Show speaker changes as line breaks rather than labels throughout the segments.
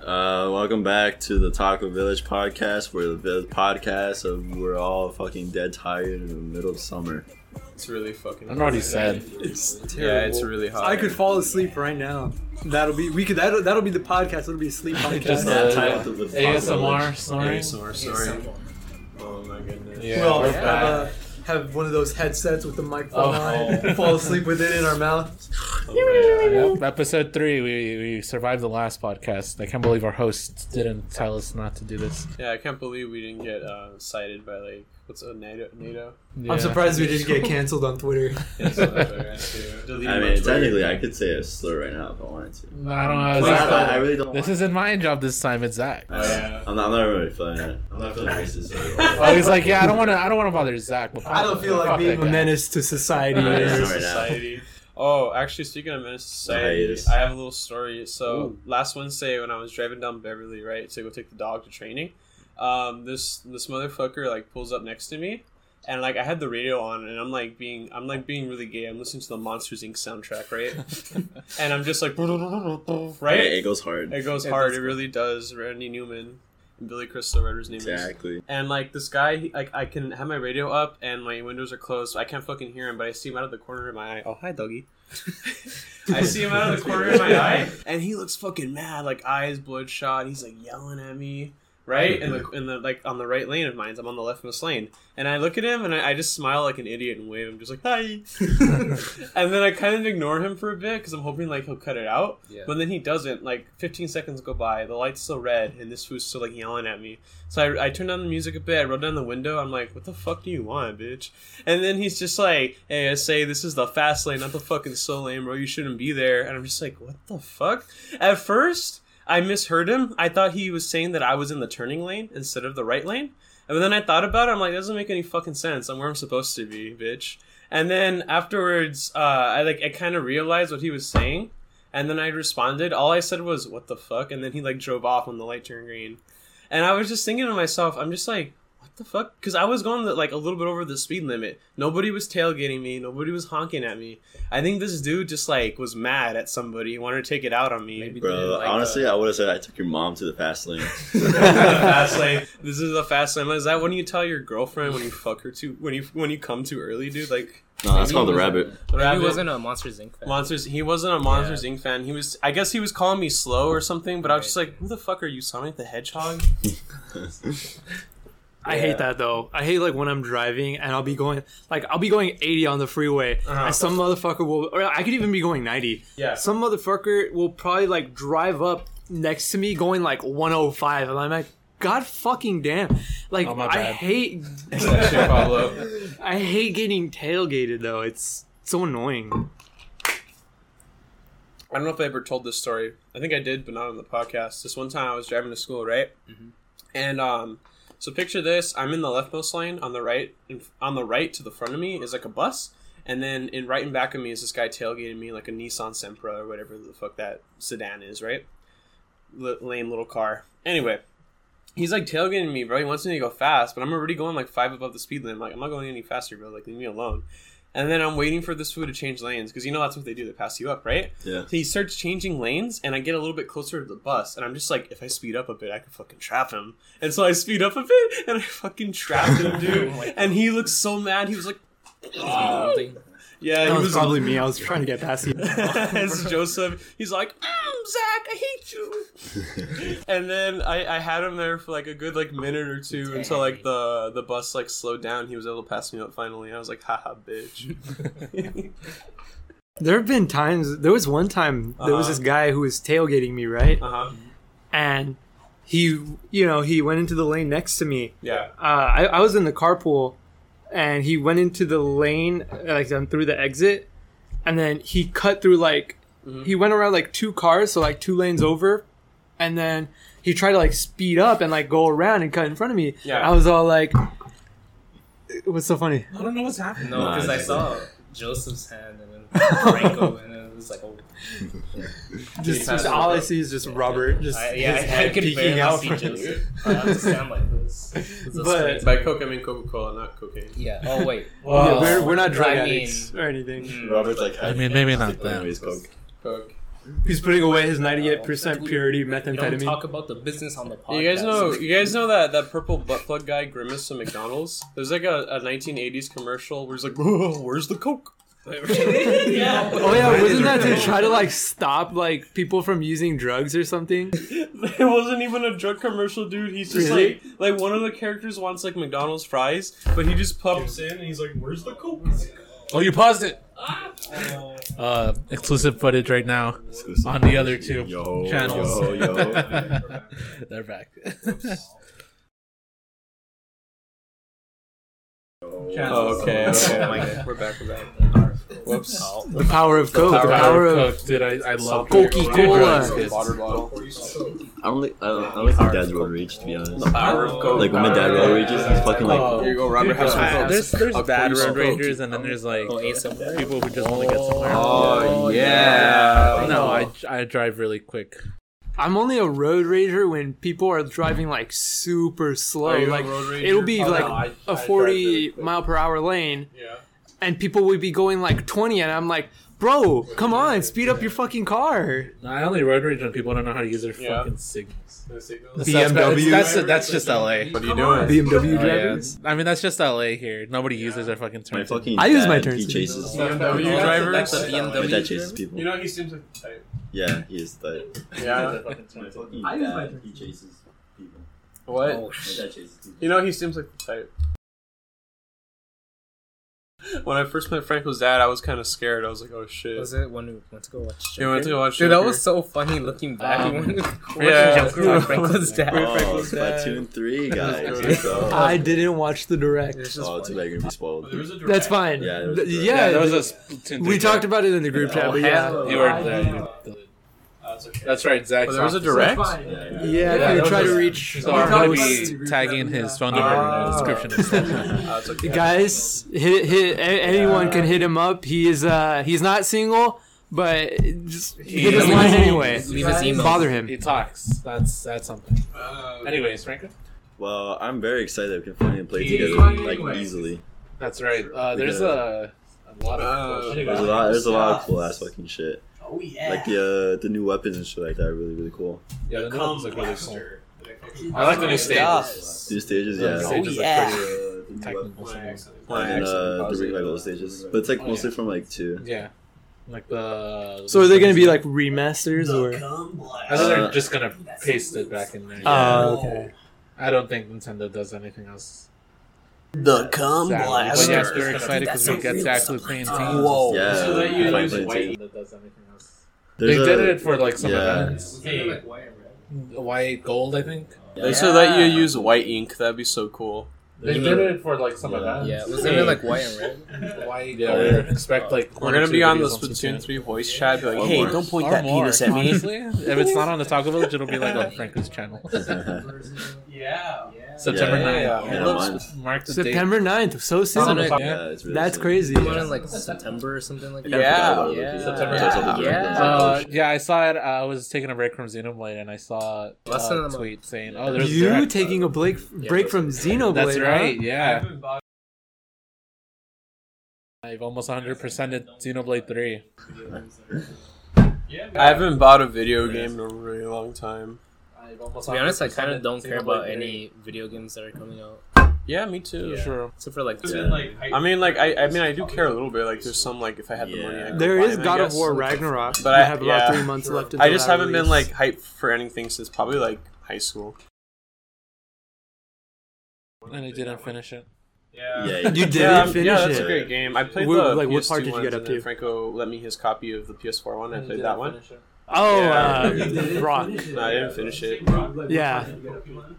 Uh, welcome back to the Taco Village podcast. We're the vi- podcast of we're all fucking dead tired in the middle of summer.
It's really fucking.
I'm already sad.
It's terrible. Yeah, it's really hot.
I could fall asleep right now. That'll be we could that'll, that'll be the podcast. It'll be a sleep podcast.
Just
Yeah,
uh,
tied up with the Taco
ASMR
Village.
snoring.
ASMR, sorry. Oh my goodness.
Yeah.
we all
we're
have,
back.
uh, have one of those headsets with the microphone
Oh.
on, and fall asleep with it in our mouth.
Oh
Yep, Episode three, we, we survived the last podcast. I can't believe our host didn't tell us not to do this.
Yeah, I can't believe we didn't get uh, cited by like what's a NATO? NATO.
Yeah.
I'm surprised we didn't get canceled on Twitter.
That's what I thought I had to delete
I
my
mean,
Twitter.
technically, I could say a slur right now if I wanted to.
I don't know.
But
Zach-
I, don't- I really don't.
this
want-
isn't my job this time. It's Zach.
I don't know. I'm not, I'm not really feeling it. I'm not feeling racist. at all.
Oh, he's like, yeah, I don't want to. I don't want to bother Zach. But
I don't feel
fuck
like being
that
a
guy.
menace to society.
Right,
is-
sorry.
society. Oh, actually, speaking of menace to society,
Hiatus.
I have a little story. So
Ooh.
last Wednesday, when I was driving down Beverly, right, to go take the dog to training, um, this this motherfucker like pulls up next to me, and like I had the radio on, and I'm like being I'm like being really gay. I'm listening to the Monsters Inc. soundtrack, right, and I'm just like,
Right?
right.
It goes hard.
It goes
Yeah,
hard.
that's-
It really does. Randy Newman and Billy Crystal, whatever his name is
Exactly.
and like this guy he, like i can have my radio up and my windows are closed so i can't fucking hear him but i see him out of the corner of my eye oh hi doggy i see him out of the corner of my eye and he looks fucking mad like eyes bloodshot he's like yelling at me right in the in the like on the right lane of mine i'm on the leftmost lane and i look at him and i, I just smile like an idiot and wave i'm just like hi and then i kind of ignore him for a bit because i'm hoping like he'll cut it out
Yeah.
but then he doesn't. Like 15 seconds go by, the light's still red, and this fool's still like yelling at me. So I, I turned down the music a bit. I rolled down the window. I'm like, "What the fuck do you want, bitch?" And then he's just like, "Hey, I say this is the fast lane, not the fucking slow lane, bro. You shouldn't be there." And I'm just like, "What the fuck?" At first, I misheard him. I thought he was saying that I was in the turning lane instead of the right lane. And then I thought about it. I'm like, that doesn't make any fucking sense. I'm where I'm supposed to be, bitch. And then afterwards, uh, I like I kind of realized what he was saying. And then I responded. All I said was, "What the fuck?" And then he like drove off when the light turned green. And I was just thinking to myself, I'm just like, "What the fuck?" Because I was going like a little bit over the speed limit. Nobody was tailgating me. Nobody was honking at me. I think this dude just like was mad at somebody. He wanted to take it out on me.
Maybe
Bro,
didn't like
honestly, I would have said I took your mom to the fast lane.
fast lane. This is the fast lane. Is that when you tell your girlfriend when you fuck her too when you when you come too early, dude? Like
No, that's called the rabbit.
Maybe
rabbit-
he wasn't a Monsters Inc. fan.
Monsters. He wasn't a Monsters Inc. fan. He was. I guess he was calling me slow or something. But I was just like, "Who the fuck are you, Sonic the Hedgehog?"
I hate that though. I hate like when I'm driving and I'll be going like I'll be going 80 on the freeway
Uh-huh.
and some motherfucker will or I could even be going 90.
Yeah.
Some motherfucker will probably like drive up next to me going like 105 and I'm like god fucking damn. Like
Oh, my
I
bad.
hate I hate getting tailgated though. It's so annoying.
I don't know if I ever told this story. I think I did, but not on the podcast. This one time I was driving to school, right? And um, so picture this: I'm in the leftmost lane. On the right, in, on the right to the front of me is like a bus, and then in right and back of me is this guy tailgating me like a Nissan Sempra or whatever the fuck that sedan is, right? L- lame little car. Anyway, he's like tailgating me, bro. He wants me to go fast, but I'm already going like five above the speed limit. Like I'm not going any faster, bro. Like leave me alone. And then I'm waiting for this fool to change lanes because you know that's what they do. They pass you up, right?
Yeah.
So he starts changing lanes, and I get a little bit closer to the bus, and I'm just like, if I speed up a bit, I could fucking trap him. And so I speed up a bit, and I fucking trapped him, dude. and he looked so mad. He was like, yeah,
That
he
was,
was
probably me. I was trying to get past you.
it's Joseph. He's like, "Mm, Zach, I hate you. and then I, I had him there for like a good like minute or two until like the the bus like slowed down. He was able to pass me up finally, and I was like, haha, bitch.
There have been times. There was one time there was
Uh-huh.
this guy who was tailgating me, right?
Uh huh.
And he, you know, he went into the lane next to me.
Yeah.
Uh, I, I was in the carpool, and he went into the lane like um, through the exit, and then he cut through like
Mm-hmm.
he went around like two cars, so like two lanes over, and then he tried to like speed up and like go around and cut in front of me.
Yeah.
I was all like, "What's so funny?"
I don't know what's happening.
No,
Nah,
because I
it's-
saw Joseph's hand and then Franco, and it was like, oh,
Just,
passed
just all
it.
I see is just Robert, just
I, yeah,
his
I, I
head
could
peeking
barely
out
see
from.
Joseph. I have to
um,
stand like this. It's a
But-
straight-
By Coke, I mean Coca Cola, not cocaine.
yeah. Oh wait.
Yeah, we're, we're not drug
I mean-
addicts or anything.
Hmm.
Mm.
Robert's like,
I mean, maybe not
Anyways,
that.
Coke.
Coke.
He's putting away his 98%
98%
purity
You don't
methamphetamine.
talk about the business on the podcast.
You guys know, you guys know that that purple butt plug guy grimace from McDonald's. There's like a, a 1980s commercial where he's like, "Oh, "Where's the Coke?"
yeah.
Oh yeah, wasn't that to
Right.
try to like stop like people from using drugs or something?
It wasn't even a drug commercial, dude. He's just
Really?
like, like one of the characters wants like McDonald's fries, but he just pops in and he's like, "Where's the Coke?"
Oh, you paused it.
Oh,
Uh, exclusive footage right now on the other two
Yo,
channels.
yo, yo.
They're back.
Oh, okay, okay.
Oh my God.
We're back. We're back. Whoops.
The power of Coke. The power of
Coke, dude, I, I love
Coca Cola.
Water bottle.
I don't, li- I don't, I don't think dad's will reach, to be honest.
Power of Coke.
Like when my dad will reaches, he's fucking like,
Here
Oh.
you go, Robert. Have some
Uh,
Coke.
there's there's
I'll
bad
pour you some
road
Coke.
ragers and then there's like
Oh, ASAP.
people who just want to get somewhere.
oh yeah.
no, I, I drive really quick.
I'm only a road rager when people are driving like super slow.
Are you a
Like
road rager?
it'll be
Oh, no,
like
I- I
a
drive
40
really quick.
mile per hour lane,
Yeah.
and people would be going like 20, and I'm like, bro, come on, speed up your fucking car.
No, I only road rage when people don't know how to use their
Yeah.
fucking signals.
What
BMW.
That's, that's, that's just LA.
are you doing?
BMW
Oh, yeah. I mean, that's just LA here. Nobody uses their fucking
My
turn.
fucking
I use my
dad,
turn
He
signal.
chases.
BMW
that's a-
driver?
That's a
My dad
BMW.
chases people.
know, he seems like the type.
Yeah, he is that.
Yeah.
My fucking
I use my
dad,
turn
he chases people.
What?
Oh,
My dad chases people.
You know, he seems like the type. When I first met Franco's dad, I was kind of scared. I was like, "Oh shit!"
Was it when we went to go watch?
Yeah, we went to
Joker?
go watch
Dude, that
Joker.
was so funny looking back.
Um,
we went to go
yeah.
watch Joker with Franco's dad.
Oh, Splatoon 3, guys.
good.
Let's go.
I didn't watch the direct.
It's just
Oh,
funny.
too bad you're gonna be spoiled.
That's fine.
Yeah,
Yeah,
it was direct.
Yeah, that was a Splatoon
we
three
talked
joke.
about it in the group chat,
Oh,
but yeah.
hell.
You were there. That's right, Zach.
Oh, there was a direct.
Yeah, yeah.
Yeah,
Yeah,
if
that
you try
was-
to reach
So I'm gonna
our
be
host,
tagging his phone number
Ah.
in the description. and stuff.
Uh, it's okay.
guys, hit, hit a- anyone can hit him up. He is uh he's not single, but just hit his
is-
line anyway.
Leave his email.
Bother him.
He talks. That's that's something. Anyways, Franco.
Well, I'm very excited we can finally play
Yeah.
together like easily.
That's right. Uh,
We
there's
got-
a, a lot of.
Uh,
There's a lot. There's a lot of cool ass fucking shit.
Oh yeah.
Like the uh, the new weapons and shit like that. Are really really cool.
yeah, the new ones look really cool. I like the new stage.
New stages,
The
yeah.
stages look
yeah.
pretty,
Uh, the new
uh, technical. stages.
And uh, the revival stages, but it's like
Oh,
mostly
yeah.
from like two.
Yeah. Like the.
So are they gonna be like remasters or?
I think they're
Uh,
just gonna paste it back in there.
Oh, okay.
I don't think Nintendo does anything else.
The cum
Exactly. But
blaster.
yes, we're excited because we
Dude, that's
get
a
Zach
real
McLean's team.
supply. Whoa.
Yeah.
So that you
finally
use
playing
white-
two.
Nintendo does anything else. They
There's a-
did it for like some
yeah.
events. White gold, I think.
They should let you use white ink. That'd be so cool.
They
Yeah.
did it for like some
Yeah.
events.
Yeah, wasn't it like white and red?
White.
Yeah.
Yeah, expect like
We're
one or
gonna
two
be on the
videos on
Splatoon
Splatoon.
Three voice chat. Be like,
Or
"Hey,
more.
don't point
Or
that
more,
penis at me."
honestly. if it's not on the Taco Village, it'll be like on Franco's channel.
Yeah.
September
Yeah.
9th.
Yeah.
Yeah, mine's-
Mark the date.
September 9th, so soon.
September-
yeah, it's really
That's
sick.
crazy.
You want in like September or something like that?
Yeah.
yeah.
September.
Yeah.
Uh, yeah, I saw it. I was taking a break from Xenoblade, and I saw
Less than
uh,
a
a
month.
tweet saying, "Oh, there's
You
direct.
taking a break break from Xenoblade?
That's
huh?
right. Yeah, I've almost 100 percented Xenoblade Three.
I haven't bought a video game in a really long time.
To be honest, I kind of don't care about any video games that are coming out.
Yeah, me too.
Sure.
Except for like,
Yeah.
two.
I mean, like, I, I mean, I do care a little bit. Like, there's some like, if I had the money, I'd go
There
buy
is
them, I
God of
guess.
War Ragnarok.
But
But I
I-
have about
yeah.
three months left.
I
until
just
that
haven't been like
release.
hyped for anything since probably like high school.
And I didn't finish it.
Yeah,
You did
yeah,
it.
um,
Finish
yeah, that's
it.
a great game. I played
Where-
the
like, what
PS2
part did you get
ones,
up
and then
to?
Franco let me his copy of the PS4 one. I played that one.
Oh,
Yeah.
uh, Rock.
No, I didn't finish it.
Yeah.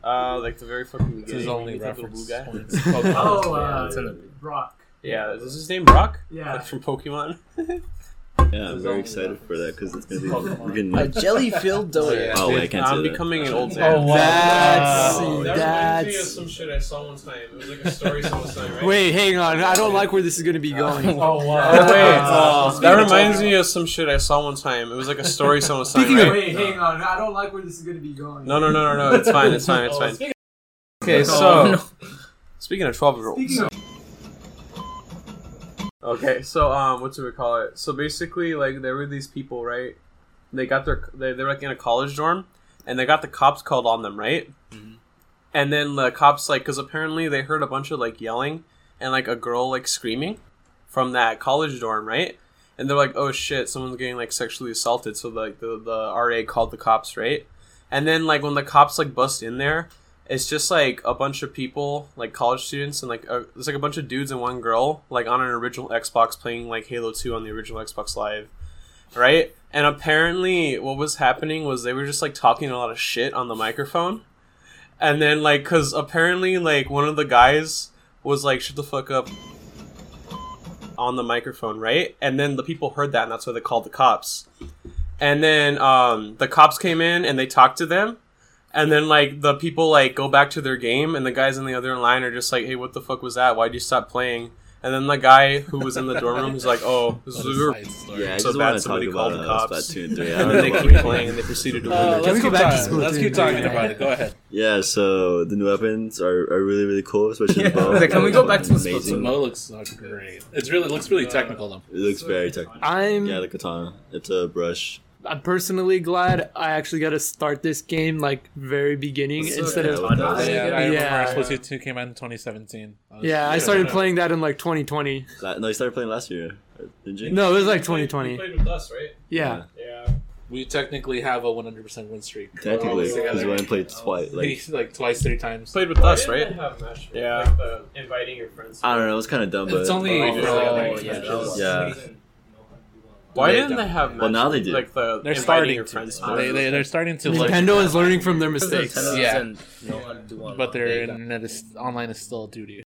Uh, like the very fucking beginning.
This is only
when you think of the
reference
blue guy.
points.
Oh,
yeah,
uh,
it's in the
rock.
Yeah, is his name Brock?
Yeah.
Like, from Pokemon.
Yeah, I'm very excited for that because it's gonna be we're getting.
A jelly-filled donut.
Oh, wait, I can't
I'm
say that.
becoming an old man.
Oh, wow.
That's
Wow. That
that's.
shit I saw one time. It was like a story someone was telling,
Wait, hang on. I don't like where this is gonna be going.
Oh wow.
Oh wait,
Uh,
that reminds me of some shit I saw one time. It was like a story someone was telling.
Speaking of-
Right?
hang on. I don't like where this is gonna be going.
No, no, no, no, no. It's fine. It's fine. It's fine. Okay,
Oh,
so
no.
speaking of twelve year olds.
Speaking
Okay, so um, what do we call it? So basically, like there were these people, right? they got their they they were like in a college dorm, and they got the cops called on them, right? And then the cops like, because apparently they heard a bunch of like yelling and like a girl like screaming from that college dorm, right? And they're like, oh shit, someone's getting like sexually assaulted. So like the the RA called the cops, right? And then like when the cops like bust in there, it's just like a bunch of people, like college students, and like a, it's like a bunch of dudes and one girl, like on an original Xbox playing like Halo Two on the original Xbox Live, right? And apparently, what was happening was they were just like talking a lot of shit on the microphone, and then like, cause apparently, like one of the guys was like, "Shut the fuck up," on the microphone, right? And then the people heard that, and that's why they called the cops. And then um, the cops came in and they talked to them, and then like the people like go back to their game, and the guys in the other line are just like, "Hey, what the fuck was that? Why'd you stop playing?" And then the guy who was in the dorm room is like, "Oh, this is
Side story.
Yeah, I
So
just
bad
want to talk
somebody
about
called the
uh, Splatoon
cops.
3. I
And
don't
then they
know
keep
why.
playing and they proceeded to win.
Uh,
it.
let's
we go
keep
back to
talking- Let's
Splatoon?
keep talking
Yeah.
about it. Go ahead.
Yeah, so the new weapons are, are really, really cool, especially the bow.
Okay, can we go back to
The
Amazing.
Mo looks looks great. Uh, It's really looks really technical though.
It looks very technical.
I'm
Yeah, the katana. It's a brush.
I'm personally glad I actually got to start this game like very beginning
It's so
instead
good.
of
Yeah,
I
Yeah,
think
I remember
Yeah.
Splatoon 2 came out in 2017. was-
yeah. I started playing that in like 2020.
La- No, you started playing last year, didn't you?
No, it was like 2020.
played with us, right?
Yeah,
Yeah.
We technically have a 100% win
Technically,
streak.
Oh,
We're all
because we
together.
only played twice. Like,
like, twice, three times.
Played with us, right? Yeah.
inviting your friends.
I don't know, it was kind of dumb, but.
It's only
Oh,
for,
yeah,
like,
yeah, that
matches.
was-
Yeah.
Why
They
didn't they have?
Well, now they do.
Like the
They're
inviting
starting
your
to.
friends.
They, they they're starting to like,
Nintendo is learning from their mistakes.
Nintendo-
Yeah.
And no one do one.
but
There
their
you go.
internet is online is still duty.
Uh,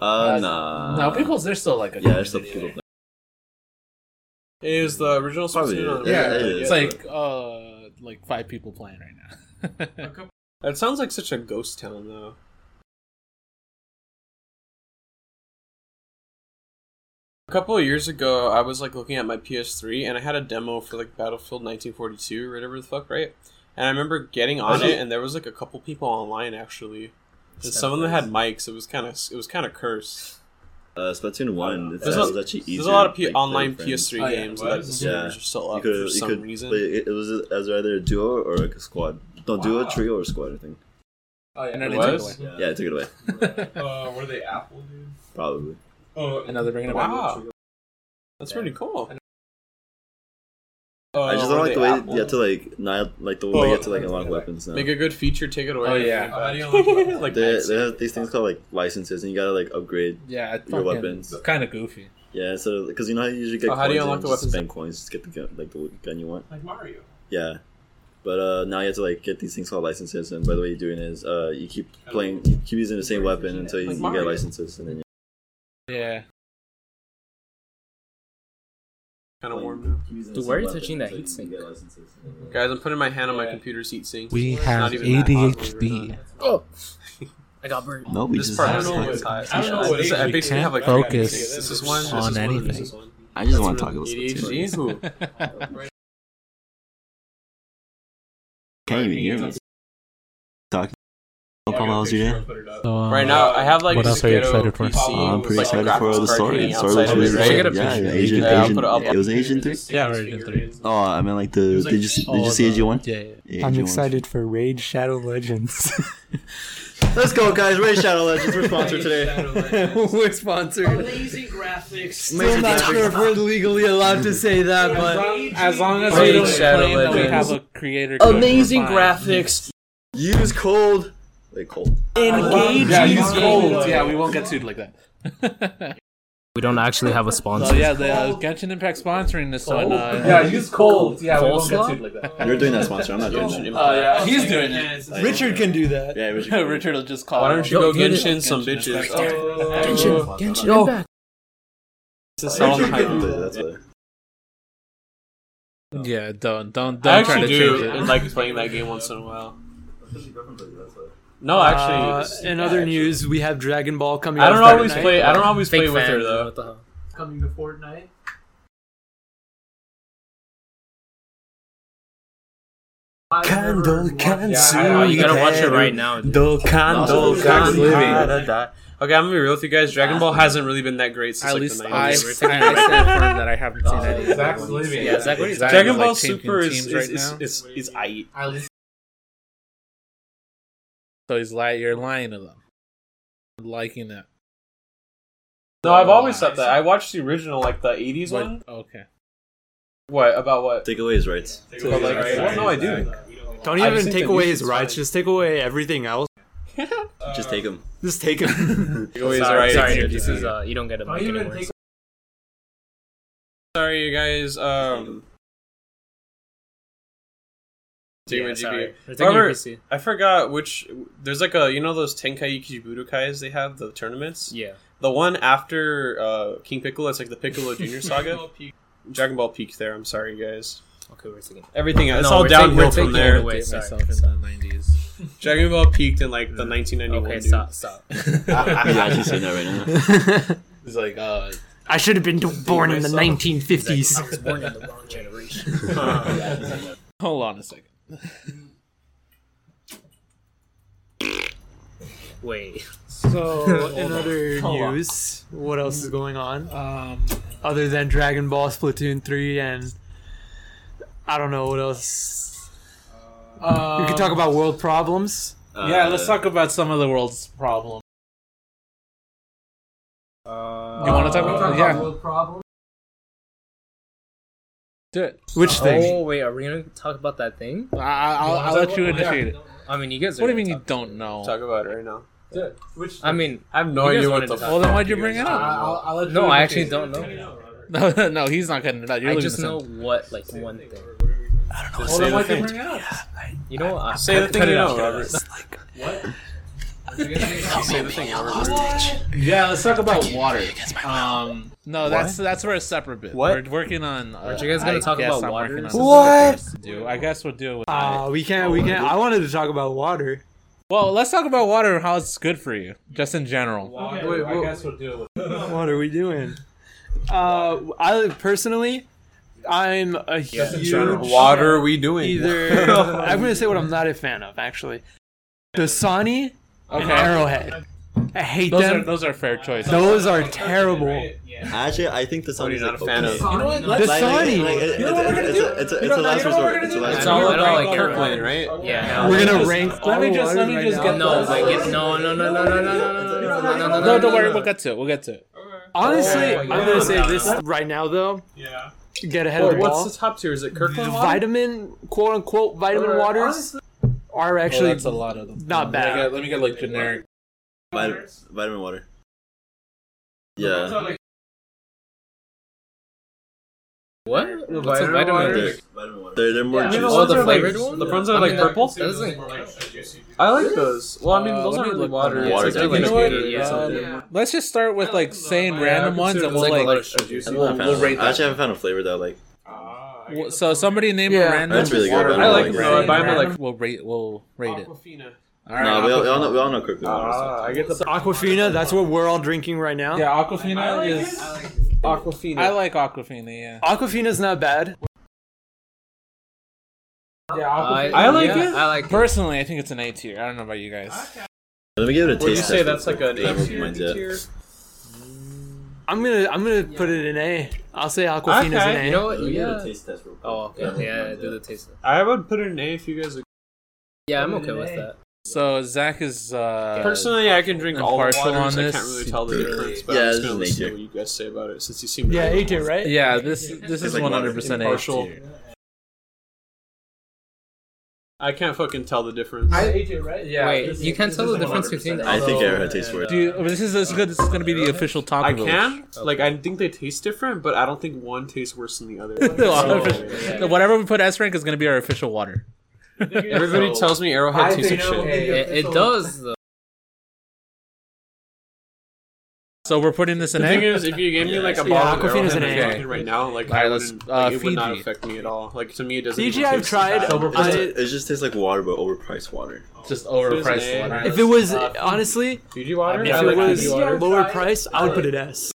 That's-
nah.
Uh, no, people they're still like a
Uh, Yeah, there's still
community.
people.
It is the original
Probably
Splatoon. on
is. Yeah,
Yeah,
it is.
it's like uh like five people playing right now.
That sounds like such a ghost town, though. A couple of years ago, I was like looking at my PS3, and I had a demo for like Battlefield 1942 or whatever the fuck, right? And I remember getting on it, and there was like a couple people online actually, and some of them had mics. It was kind of it was kind of cursed.
Uh, Splatoon 1, it's,
There's
it
a-
was actually easier.
There's a lot of P-
like,
online
play with friends.
PS3
Oh, yeah.
games that the servers are still
You
up
could,
for
you
some
could
reason.
play, it, it was as either a duo or like a squad. No, duo, trio, or squad, I think.
oh, yeah, internet
What?
took
Yeah, I took it away.
it away.
Uh, were they Apple, dude?
Probably.
Oh,
and now they're bringing it back.
wow, that's pretty cool.
I just
Uh,
don't
were
like the
they
way
Apple?
you have to like not like the way
Oh,
you have to like unlock weapons now.
Make a good feature, take it away.
Oh, yeah.
How do you unlock- like
They,
max.
they have these things called like licenses, and you gotta like upgrade.
Yeah, I
Your
fucking-
weapons.
It's kind of goofy.
Yeah, so because you know how you usually get
Oh,
coins,
how do you
and
unlock the
just
weapons?
spend coins, just get the gun, like the gun you want.
like Mario.
Yeah, but uh, now you have to like get these things called licenses, and by the way you're doing is uh, you keep playing, you keep using the same weapon until you,
Like
you get
Mario.
licenses, and then you
Yeah.
Kind of warm now.
Dude, why are you touching that heatsink?
Guys, I'm putting my hand on my
Yeah.
computer's heat sink.
We
It's
have
not even that hot, believe it or
ADHD.
not.
Oh, I got burnt.
No, we
This
just
part, I
have
don't know
sex.
what's hot.
I don't know what
This- I
it is.
basically
We
have, like,
can't
three
focus
things. This is one, this
on
is one,
anything.
this is one.
I just
That's
want to
really
talk about
ADHD.
Splatoon.
Ooh.
Can't even hear me. Talk. No problem. How's your day?
So, uh,
Right now, I have like
What
this
else are you
ghetto
excited for?
PC
Oh, I'm
with,
pretty
like,
excited
graphics
for the
card
story.
hanging
The story was
outside of
really
it, right?
Check it
cool.
out.
Yeah, Asian,
Yeah, I'll
Asian.
put it up.
It was an Asian three.
yeah, right, right, right.
Oh, I mean, like the. Did you see?
oh,
Did you see AG one?
Yeah, yeah.
Yeah,
I'm
AG1.
excited for Raid Shadow Legends.
Let's go, guys. Raid Shadow Legends. We're sponsored today.
We're sponsored.
Amazing graphics.
Still not sure if we're legally allowed to say that, but
As long as
Raid
we don't
Shadow
complain that we
Legends.
have a creator. code,
Amazing
we're fine.
graphics.
Use cold. Wait, cold.
Engage.
Yeah,
these
use codes.
games.
Yeah, we won't get sued like that.
We don't actually
Oh,
have a
so
sponsor.
yeah, the uh, Genshin Impact sponsoring this one. Uh,
use cold.
yeah,
we won't get
sued like that.
You're doing that sponsor. I'm not doing that.
Oh yeah, he's doing it.
Richard can do that.
Yeah, Richard.
Richard will just call.
Why don't you go
Yo, dude.
Genshin some bitches?
Genshin.
Oh,
Genshin
Yo.
Impact.
it's a
Richard
solid
can
hype.
do it, That's why.
Yeah, don't don't
I
don't try to
actually
change
do
it.
like playing that game once in a while. No, Oh, actually,
Uh,
it's-
in
yeah,
other
actually.
news, we have Dragon Ball coming.
I
out
don't
Friday
always
night.
play. I don't always play
Fake
with
fan.
her though.
What the hell?
Coming to Fortnite.
Candle can
Yeah,
soon
I- I-
you gotta watch it
teru.
right now. dude.
Dokkan,
Also, Dragon's Living.
da, da, da.
Okay, I'm gonna be real with you guys. Dragon Ball hasn't really been that great since
At
like
least
the
I, I, I
90s.
stand firm that I haven't seen any. of
Zach's
those.
leaving.
Yeah, Zach,
Dragon
Zach
Dragon
is,
Ball
like, changing
Super is
teams
is,
right
is,
now.
is is aight.
At least
So he's like, you're lying to them. Liking that.
No, I've always thought that. I watched the original, like the '80s
What-
one.
Okay.
What about what?
Take away his rights.
But, like,
Right.
well, no, I do.
Don't
I've
even
seen
take
the
away
East
his
Side.
rights. Just take away everything else.
Just take him.
Just take him.
Always
sorry,
right.
sorry,
Sorry,
dude. This is uh, you don't get a
Don't
mic
even
anymore.
take-
you guys. Um,
Yeah,
Digimon
sorry.
GBA.
We're taking your
Robert-
PC.
I forgot which. There's like a you know those Tenkaichi Budokais they have the tournaments.
Yeah.
The one after uh, King Piccolo, it's like the Piccolo Junior Saga. Dragon Ball Peak. There, I'm sorry, guys.
Okay, we're taking.
Everything it's
No,
all
we're taking-
downhill
we're taking
from
it
there.
away. Wait,
Date
sorry.
myself in the 90s.
Dragon Ball peaked in like the 1991.
Mm. Okay,
dude.
stop, stop.
I'm actually saying that right now.
He's like, uh,
I should have been born in the
myself.
1950s.
I was born in the wrong generation.
hold on a second.
Wait.
So, in other news, what else is going on
Um,
other than Dragon Ball Splatoon 3 and I don't know what else? we could talk about world problems.
Um, yeah,
Uh,
let's talk about some of the world's problems. you want to talk
uh,
about? yeah, do it.
Which thing?
Oh wait, are we gonna talk about that thing?
I,
Oh.
I'll, I'll let you initiate it.
I mean, you guys. Are
What do you
gonna
mean you
talk-
don't know?
Talk about it right now.
I mean,
I have no
You guys
idea what
wanted
the fuck.
to talk.
Well, then why'd you bring it
I
up?
don't know.
no, I actually don't know.
No, no, he's not gonna. No, you're
I
leaving
just
this in.
know what, like one thing.
Say the thing.
You know, I,
Say the
cut
thing
it
you know,
out, cut it
Robert.
out.
Say the thing. Robert.
Yeah, let's talk about water. Um, no, that's that's for a separate bit.
What?
We're working on. Uh,
Aren't you guys gonna
I
talk
guess
about
I'm
water?
working on something
What?
for us to do. I guess we'll do it. With
Uh, we can't. We can't. I wanted to talk about water.
Well, let's talk about water and how it's good for you, just in general.
Wait, wait,
we'll do it. With
What are we doing? Uh, I personally, I'm a huge
What are we doing?
either. I'm gonna say what I'm not a fan of actually. Dasani and
Okay,
Arrowhead. I hate
those are
them.
those are fair choices.
those are terrible.
Actually, I think the song is
not
like,
a fan
okay.
of?
know what?
Dasani.
you know what we're gonna do? It's a, it's a last resort. It's a last
It's
resort.
all- I don't like
Kirkland,
Kirkland,
right?
Yeah.
We're
Let me
gonna
just-
rank.
Let me just let me just get
No,
those.
like it, no, no, no, no, no, no, no, no, no, no, no, no,
No,
no,
don't worry.
no.
We'll get to it. We'll get to it.
Honestly,
Yeah,
I'm
yeah.
gonna say this right now though.
Yeah.
Get ahead of
Well,
the ball.
what's the top tier? Is it Kirkland? water?
vitamin, quote unquote, vitamin waters are actually
that's a lot of them. Let
not
me
bad.
get, let me get like generic.
Vitamin, vitamin water. Yeah.
What?
The
What's a
vitamin
vitamin?
water?
They're, they're, they're more
Yeah,
juicy.
those
Oh, the
are, like-
flavored one?
The ones that are like
mean, that-
purple.
that doesn't-
I like those. Well, I mean,
Uh,
those
let
aren't really
me look
water.
them up.
It's like
Water
you know what?
Yeah.
Um,
Let's just start with like saying random ones, and
It's
we'll
like a lot
like.
of sugar.
I'm not a fan
We'll
of
rate
them. I actually haven't found a flavor that I like. Ah,
w- So somebody name a
Yeah.
random.
That's really good,
water
but I
that
don't
they
like it.
rate.
No, I
buy 'em at, like-
we'll rate. We'll rate it. All right.
No, we all, we all know,
Aquafina.
we all know Kirkland water. so.
Ah, I get the
Aquafina, that's what we're all drinking right now.
Yeah, Aquafina is.
Aquafina.
I like Aquafina. Yeah.
Aquafina's not bad.
I,
I like
yeah,
it.
I like it.
Personally, I think it's an A tier. I don't know about you guys.
Let me give it a taste.
Would you say
test
that's like an
before I
A
open
tier?
mine
B
yet.
tier?
I'm gonna I'm gonna put it in A. I'll say Aquafina's
Okay,
in
You
A.
know what?
Let me give it a
Yeah.
taste test real quick.
Oh, okay. Yeah, do the taste.
I would put it in A if you guys. Agree.
Yeah, I'm okay with that.
So Zach is uh,
Personally, I can drink all the
impartial
waters.
on
I
this.
can't really tell the difference, but
Yeah,
I'm just
this is
gonna listen to
nature.
what you guys say about it since you seem
Yeah,
really
A tier, right?
Yeah, this this is
like
one hundred percent A
impartial.
tier.
I can't fucking tell the difference.
Yeah,
Wait, you can't tell the difference between.
I think
Aloe
Arrowhead tastes
and,
worse.
Do you, oh, this is this is good. This is gonna be the official taco.
I
Village.
can. Like, I think they taste different, but I don't think one tastes worse than the other.
No,
So-
our official- no, whatever we put S rank is gonna be our official water.
Everybody tells me Arrowhead tastes like shit.
It, it does. Though.
So we're putting this in
The thing
A.
is, if you gave me like a bottle
Yeah,
of Arrowhead
Aquafina's an A.
American right now, like,
Alright,
I
let's-
wouldn't, like,
uh,
it would not
Fiji.
affect me at all. Like to me, it doesn't.
Fiji
even
I've
taste
tried.
bad.
It's-
I,
it just tastes like water, but overpriced water.
Just
This is an A.
overpriced
if it was honestly,
Fiji water.
mean,
if
I
it
like
was
Fiji water.
lower price, I would put it S.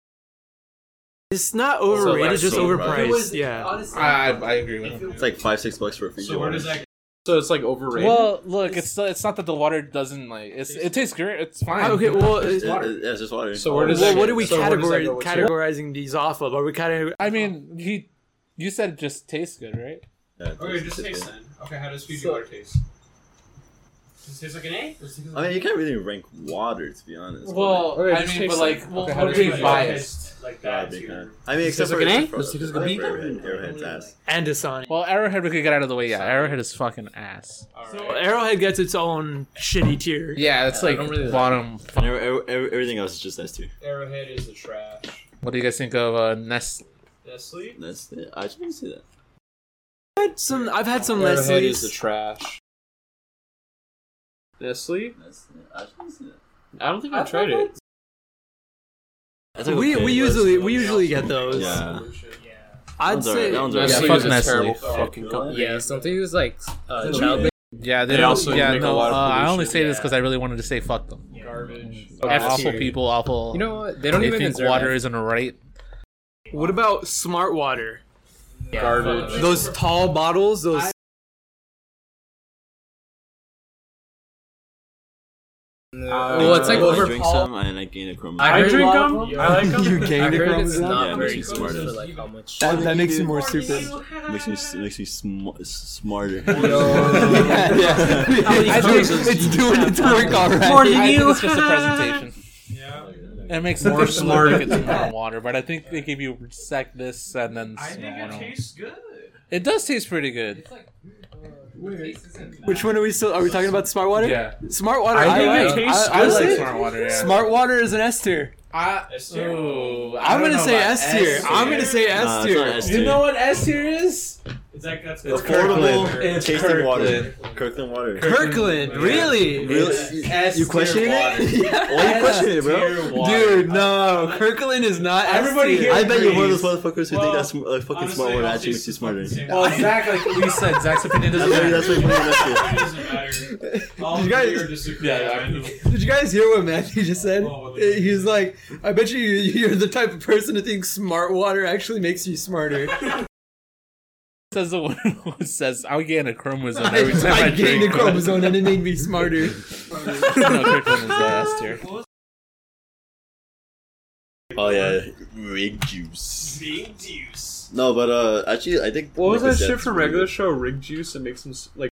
It's not
like,
overrated, just
so
overpriced.
price.
Yeah.
I, I agree with him.
It's like five, six bucks for a Fiji water.
so it's like overrated.
Well, look, it's it's not that the water doesn't like it's, it tastes great. It's fine.
Okay, well,
It-
is-
it-
well,
it- yeah, it's just water.
So where does that-
what are we
so where does that
categori-
go with you?
categorizing these off of? Are we categorizing?
I mean, he you said it just tastes good, right?
Yeah, it
okay,
tastes-
just
it-
taste
yeah.
then. Okay, how does Fiji
So-
water taste? Does it taste like an A? Does it
I
taste like
mean, you can't really rank water to be honest.
Well,
Okay,
I
just
mean, but
taste
like,
it.
well,
Okay,
how
how
are
does
we
Fiji water
biased?
taste Like
Yeah,
that.
big
to
time.
your-
I mean, except
it
for
like an A?
except for-
Does it taste
I
like a
think
B?
Arrowhead- Arrowhead's ass.
And Dasani.
Well, Arrowhead we could get out of the way. Yeah, Arrowhead is fucking ass.
Alright.
So Arrowhead gets its own shitty tier.
Yeah, it's
I
like
don't really
bottom.
And every- every- every- everything else is just S tier.
Arrowhead is the trash.
What do you guys think of uh, Nestle?
Nestle.
That's it. I should see that.
I've had some. I've had some
Arrowhead is the
Leslie's.
trash. Nestle.
That's it. I should see that.
I don't think
I
I tried it.
That's like
we
okay,
we
but-
usually we usually get those.
Yeah.
I'd
One's alright,
say
that one's alright.
Yeah,
Yeah,
Nestle
fuck
is a
Nestle.
terrible
fucking company.
Yeah, something was like uh,
Is it
child.
weed?
Yeah, they,
They
don't-
also
yeah
make a
no.
lot of
uh, I only
pollution.
say this
Yeah.
because I really wanted to say fuck them.
Garbage.
F
awful
tier.
people. Awful.
You know what? They don't
they
even
think
deserve
water
it.
isn't right.
What about Smart Water?
Yeah.
Garbage.
Those tall bottles. Those.
Uh,
well, it's like
I
over.
drink some and I gain a chroma.
I
I
heard
drink
a lot
them.
of them.
I like them.
You
I
gained a
heard it's
chromosome.
not
Yeah,
very
makes you
good for
smarter.
like how much.
That, that makes you more stupid.
makes me s- makes me sm- smarter.
yeah, yeah.
many
It's
chromos-
doing- it's doing its work already.
More than you. It's just a presentation.
Yeah.
It makes sense
More
if someone took
smart.
it to brown water, but I think they give you sec this and then
I think
small
it
one.
tastes good.
It does taste pretty good.
Which one are we still? Are we talking about Smart Water?
Yeah,
Smart Water.
I
I,
think it
like.
tastes
I, I
good.
like
Honestly?
smart water. Yeah.
Smart Water is an S tier.
I,
S tier. Oh.
ooh, I
I'm
don't
gonna
know
say
about
S tier. I'm gonna say
Nah,
S
it's not
tier.
S
You
tier.
know what S tier is?
It's like that's
It's
Kirkland.
portable
It's
tasting water.
Kirkland.
Kirkland water.
Kirkland, really?
Really?
S
You questioning it? Why you
S
questioning it, bro?
tier water.
Dude, no, Kirkland is not. S
Everybody
tier.
here-
I bet you're one of those motherfuckers who
Well,
think that's sm- like, fucking smart water actually makes you smarter.
Well, Zach, like we said, Zach's opinion doesn't
Maybe
matter.
that's what you're
It
doing
doesn't matter. All
Did you
of
guys-
you are disagreeing.
Yeah,
I know.
Did you guys hear what Matthew just said?
Oh, what did he-
He's like, I bet you you're the type of person to think smart water actually makes you smarter.
Says the one who says I gain a chromosome
I,
every time I,
I gained a
drink.
chromosome and it made me smarter.
no, Kirkland is uh, S tier.
Oh yeah, rig juice.
Big juice.
No, but uh, actually, I think
What was
Nick
that
said
shit
it's
from
really
regular
good.
show? Rig juice and makes them s- like.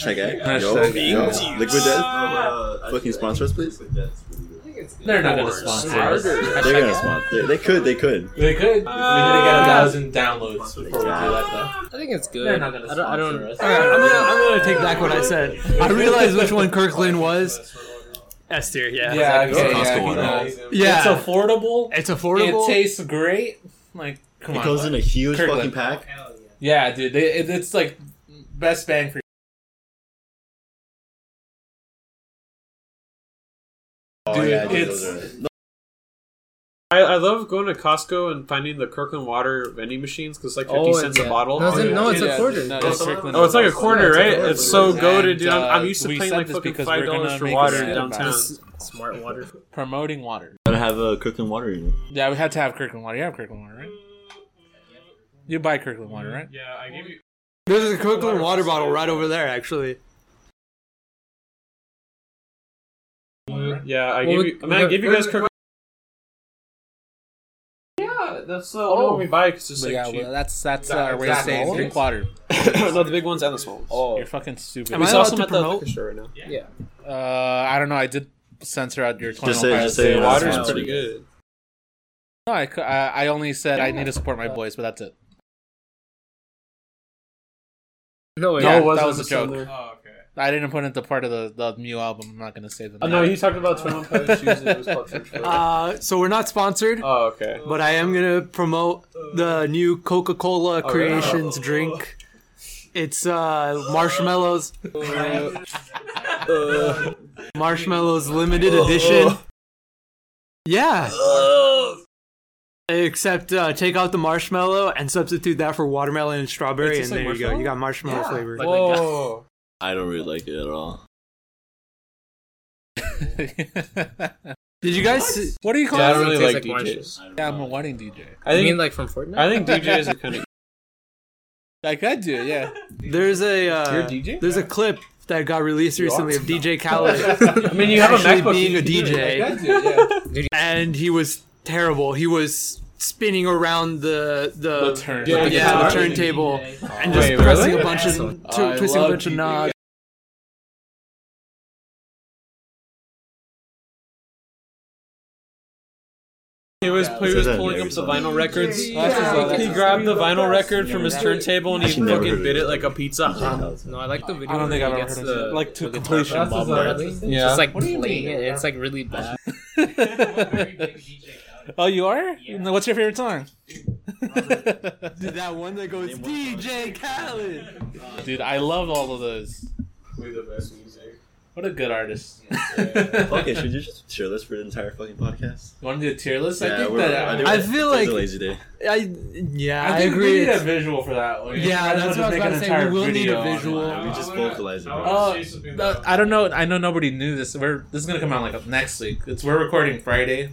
Check it. Yo,
Hashtag-
yo,
Rig
Liquid Death.
Ah!
Fucking sponsor us, please.
They're not gonna sponsor us.
They're gonna sponsor. They, they could. They could.
They could.
gonna get a thousand
downloads
before we do that,
I think it's
They're
good.
not gonna
I don't. I don't
sponsor us.
Alright, I'm gonna, I'm gonna take back what I said. I realized which one Kirkland was. S tier, yeah.
oh,
okay, yeah, Costco water.
Yeah.
It's affordable.
It's
It
affordable.
tastes great. Like, come
It
on.
goes in a huge
Kirkland.
fucking pack.
yeah, dude. They, it, it's like best bang for.
Oh,
Dude,
yeah, dude,
it's-
those are-
I, I love going to Costco and finding the Kirkland water vending machines because like fifty
Oh,
cents
yeah.
a bottle.
No, it's,
yeah.
no, it's
Yeah,
a quarter.
no,
It's-
it's Kirkland.
Oh, it's like a
Yeah,
quarter,
it's a
right?
quarter.
It's so
And,
goaded, dude. I'm, I'm used to
we
paying
said
like
this
fucking
because we're
five dollars
gonna
for
make a
water
skit about
downtown.
this.
Smart water.
Promoting water.
Gotta have a Kirkland water in it.
Yeah, we had to have Kirkland water. You have Kirkland water, right? You buy Kirkland water, right?
Yeah, I gave you.
There's a Kirkland water bottle right over there, actually.
Yeah, I
Well,
gave you. I mean, I gave you guys Kirkland. Yeah, that's the only one we buy because it's
But
like
yeah,
cheap.
well, that's that's our way of
Exactly.
saying drink water.
no, the big ones and the small ones.
Oh,
You're fucking stupid.
Am I
we saw
allowed
some
to
at the
promote?
liquor store right now.
yeah.
Uh, I don't know. I did censor out your.
Just say-
final
just
part.
say it.
Water-
Water's
Yeah.
pretty good.
No, I, cou- I I only said I need to support my boys, but that's it.
No,
No,
yeah.
it wasn't
the
a joke.
southern-
Oh, okay.
I didn't put it the part of the, the new album. I'm not gonna say the.
Oh,
name.
no, you talked about Twenty One Pilots shoes and it was called Church Road.
Uh, so we're not sponsored,
Oh, okay.
but I am gonna promote the new Coca-Cola
yeah.
Creations drink. It's uh, marshmallows, marshmallows limited edition. Yeah. Except uh, take out the marshmallow and substitute that for watermelon and strawberry,
It tastes
and there
like
you go. You got marshmallow
Yeah.
flavor.
Like-
Whoa.
I don't really like it at all.
Did you guys? See-
what do you call
Yeah, I
it?
don't really like
Tastes like
DJs.
oranges.
Yeah, I'm a wedding DJ.
I
I mean,
think
like from Fortnite.
I think DJs are kind of
I could do it, yeah.
There's a
You're a
uh,
DJ?
there's a clip that got released recently of DJ Khaled
I mean, you have a
actually
MacBook.
being
you
a
can do it.
DJ,
do it, yeah.
and he was terrible. He was spinning around the the,
The turn.
Yeah,
yeah, the
guitar.
turntable and just
Wait, really?
pressing a bunch of
Awesome.
tu-
I
twisting a
love
bunch of
DJ
knobs.
He was, he was
Is that
pulling up
news?
the vinyl records.
Yeah, that's
he
just-
grabbed the vinyl record from his
Yeah.
turntable and he
Actually, never
fucking
heard of
bit it
it.
like a pizza. Huh?
No, I like the video.
I don't think
where
I've
he
ever
gets
heard
the,
uh,
of it. Like to
the guitar
completion,
back.
Bob.
Yeah.
Just like playing it, it's like really bad.
Oh, you are? No, What's your favorite song?
Dude, that one that goes
Name one
DJ Khaled.
Dude, I love all of those. What a good artist.
okay, should you just share this for the entire fucking podcast?
You want to do a tier list? I think that. uh,
do
I
it. Today's
feel like-
a lazy day.
I yeah, I,
think we
agree.
need a
It's,
visual for that one.
Yeah, that's what I was about to say. We will need a visual.
Yeah, we just vocalize it. bro.
Oh, the- I don't know. I know nobody knew this. We're this is gonna come out like next week. It's we're recording Friday.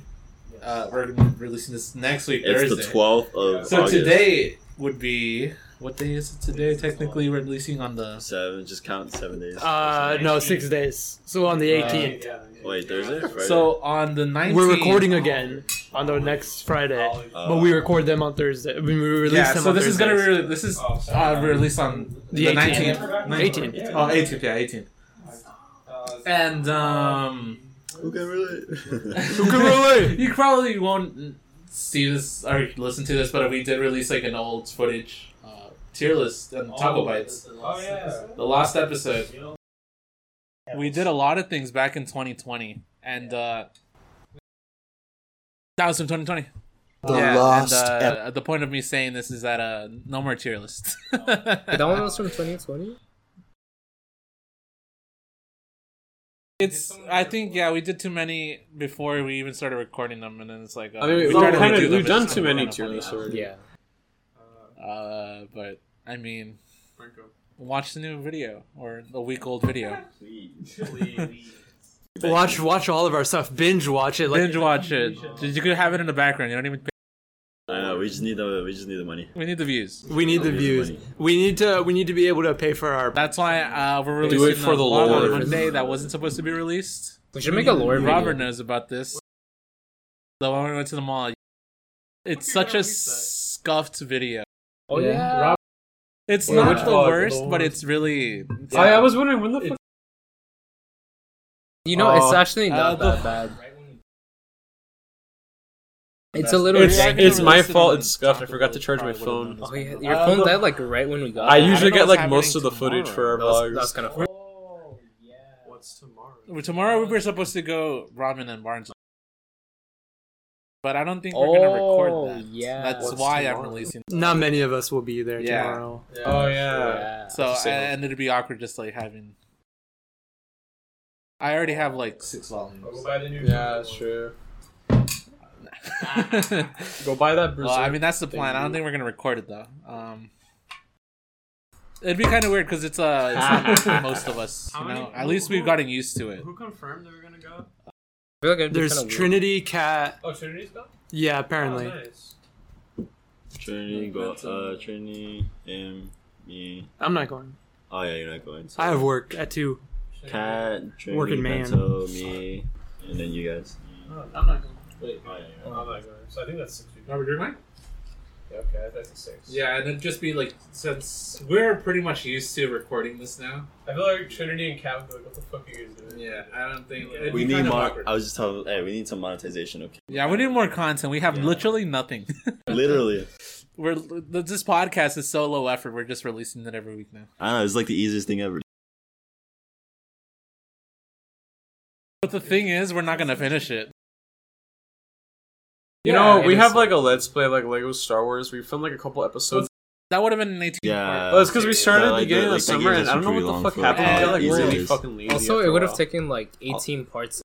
Uh, we're releasing this next week
It's
Thursday.
the 12th of
so
August.
today would be what day is it today? Technically, we're releasing on the
Seven, just count seven days.
uh, no, six days. So on the
Uh,
18th,
Wait, Thursday? Friday?
so on the 19th.
we're recording again on the next Friday,
Oh,
Uh,
but we record them on Thursday. I mean, we release
Yeah,
them.
so
on
this is gonna
Thursdays.
be this is
Oh,
Oh.
uh, released on
The
the
18th.
nineteenth.
18th.
Oh, 18th, yeah, 18th. And um,
Who can relate?
Who can relate?
you probably won't see this or listen to this, but we did release like an old footage uh, tier list and taco bites.
Oh yeah.
The last episode. We did a lot of things back in 2020, and uh, that was from 2020.
The
Yeah,
last
and, uh,
ep-
the point of me saying this is that uh, no more tier list.
That one was from 2020.
It's. I think yeah, we did too many before we even started recording them, and then it's like uh,
I mean,
we
we
tried to
kind of,
redo them,
we've
it's
done
just
too
kinda
many
run up
tier
on
lists
that.
already.
Yeah.
Uh, but I mean, watch the new video or the week old video.
Watch watch all of our stuff. Binge watch it. Like
Binge watch it. You could have it in the background. You don't even. Pay.
I know. We just need the we just need the money.
We need the views.
we need the
Always
views.
money.
We need to we need to be able to pay for our.
That's why uh, we're
Do it
releasing
for the
vlog
Lord.
on Monday that wasn't supposed to be released.
We should make a lore
Robert
video.
knows about this. The one we went to the mall. It's such a scuffed video.
Oh yeah.
It's
Well,
not
which
the
vlog?
worst, but it's really.
Oh, I, I was wondering when the fuck.
You know,
Oh.
it's actually not
Uh, the-
that bad. It's a little.
It's,
janky.
it's my
Listen
fault.
on
It's scuffed. I
Taco
forgot to
Bell,
charge my
probably would've
phone.
done
Oh
this.
yeah, your
Uh,
phone
the-
died like right when we got.
I
it.
usually
know
get
what's
like most of the
happening
footage for our
That was,
vlogs.
that was kind of.
What's tomorrow?
Well, Tomorrow we were supposed to go ramen and Barnes, but I don't think we're gonna
Oh
record that.
yeah.
That's
What's
why I'm
tomorrow?
releasing.
Not many of us will be there
Yeah.
tomorrow.
Oh yeah.
Yeah.
So
Just say no.
and it'd be awkward just like having. I already have like six volumes.
Yeah, that's true. Go buy that Brazil.
well, I mean that's the plan. I don't think we're gonna record it though. Um, it'd be kind of weird because it's uh it's not most of us. You know, at least we've gotten used to it.
Who confirmed they were gonna go?
I feel like it'd be
There's
kinda weird.
Trinity Cat.
Oh, Trinity's gone. Oh,
Yeah, apparently.
Trinity, go, uh, Trinity, and me.
I'm not going.
Oh yeah, you're not going. So.
I have work at two.
Cat, Trinity,
Working man.
Bento, me, and then you guys.
I'm not going.
Wait, oh, yeah,
I'm
you're
not going. So I think that's six people.
Robert, you're mine.
Yeah, okay, that's a six.
Yeah, and it'd just be like since we're pretty much used to recording this now.
I feel like Trinity and Cap like, what the fuck are you guys doing?
Yeah, I don't think
Yeah.
it'd
we
be
need
kind of
more.
awkward.
I was just telling. Hey, we need some monetization. Okay,
Yeah, we need more content. We have literally nothing.
literally.
we're this podcast is so low effort. We're just releasing it every week now.
I don't know. It's like the easiest thing ever.
But the thing is, we're not gonna finish it.
you know,
Yeah,
we
it
have
is-
like a let's play of, like Lego Star Wars. We filmed like a couple episodes.
That would have been an eighteen.
Yeah.
Well, it's because we started
Yeah,
at
like
the
that-
beginning of the
like that
summer,
gives us
and I
a
don't know
pretty
what
long
the fuck
for
happened.
how
I got like
easy it
really
is.
fucking lazy.
Also,
after
it
a
would have
while.
taken like 18 parts.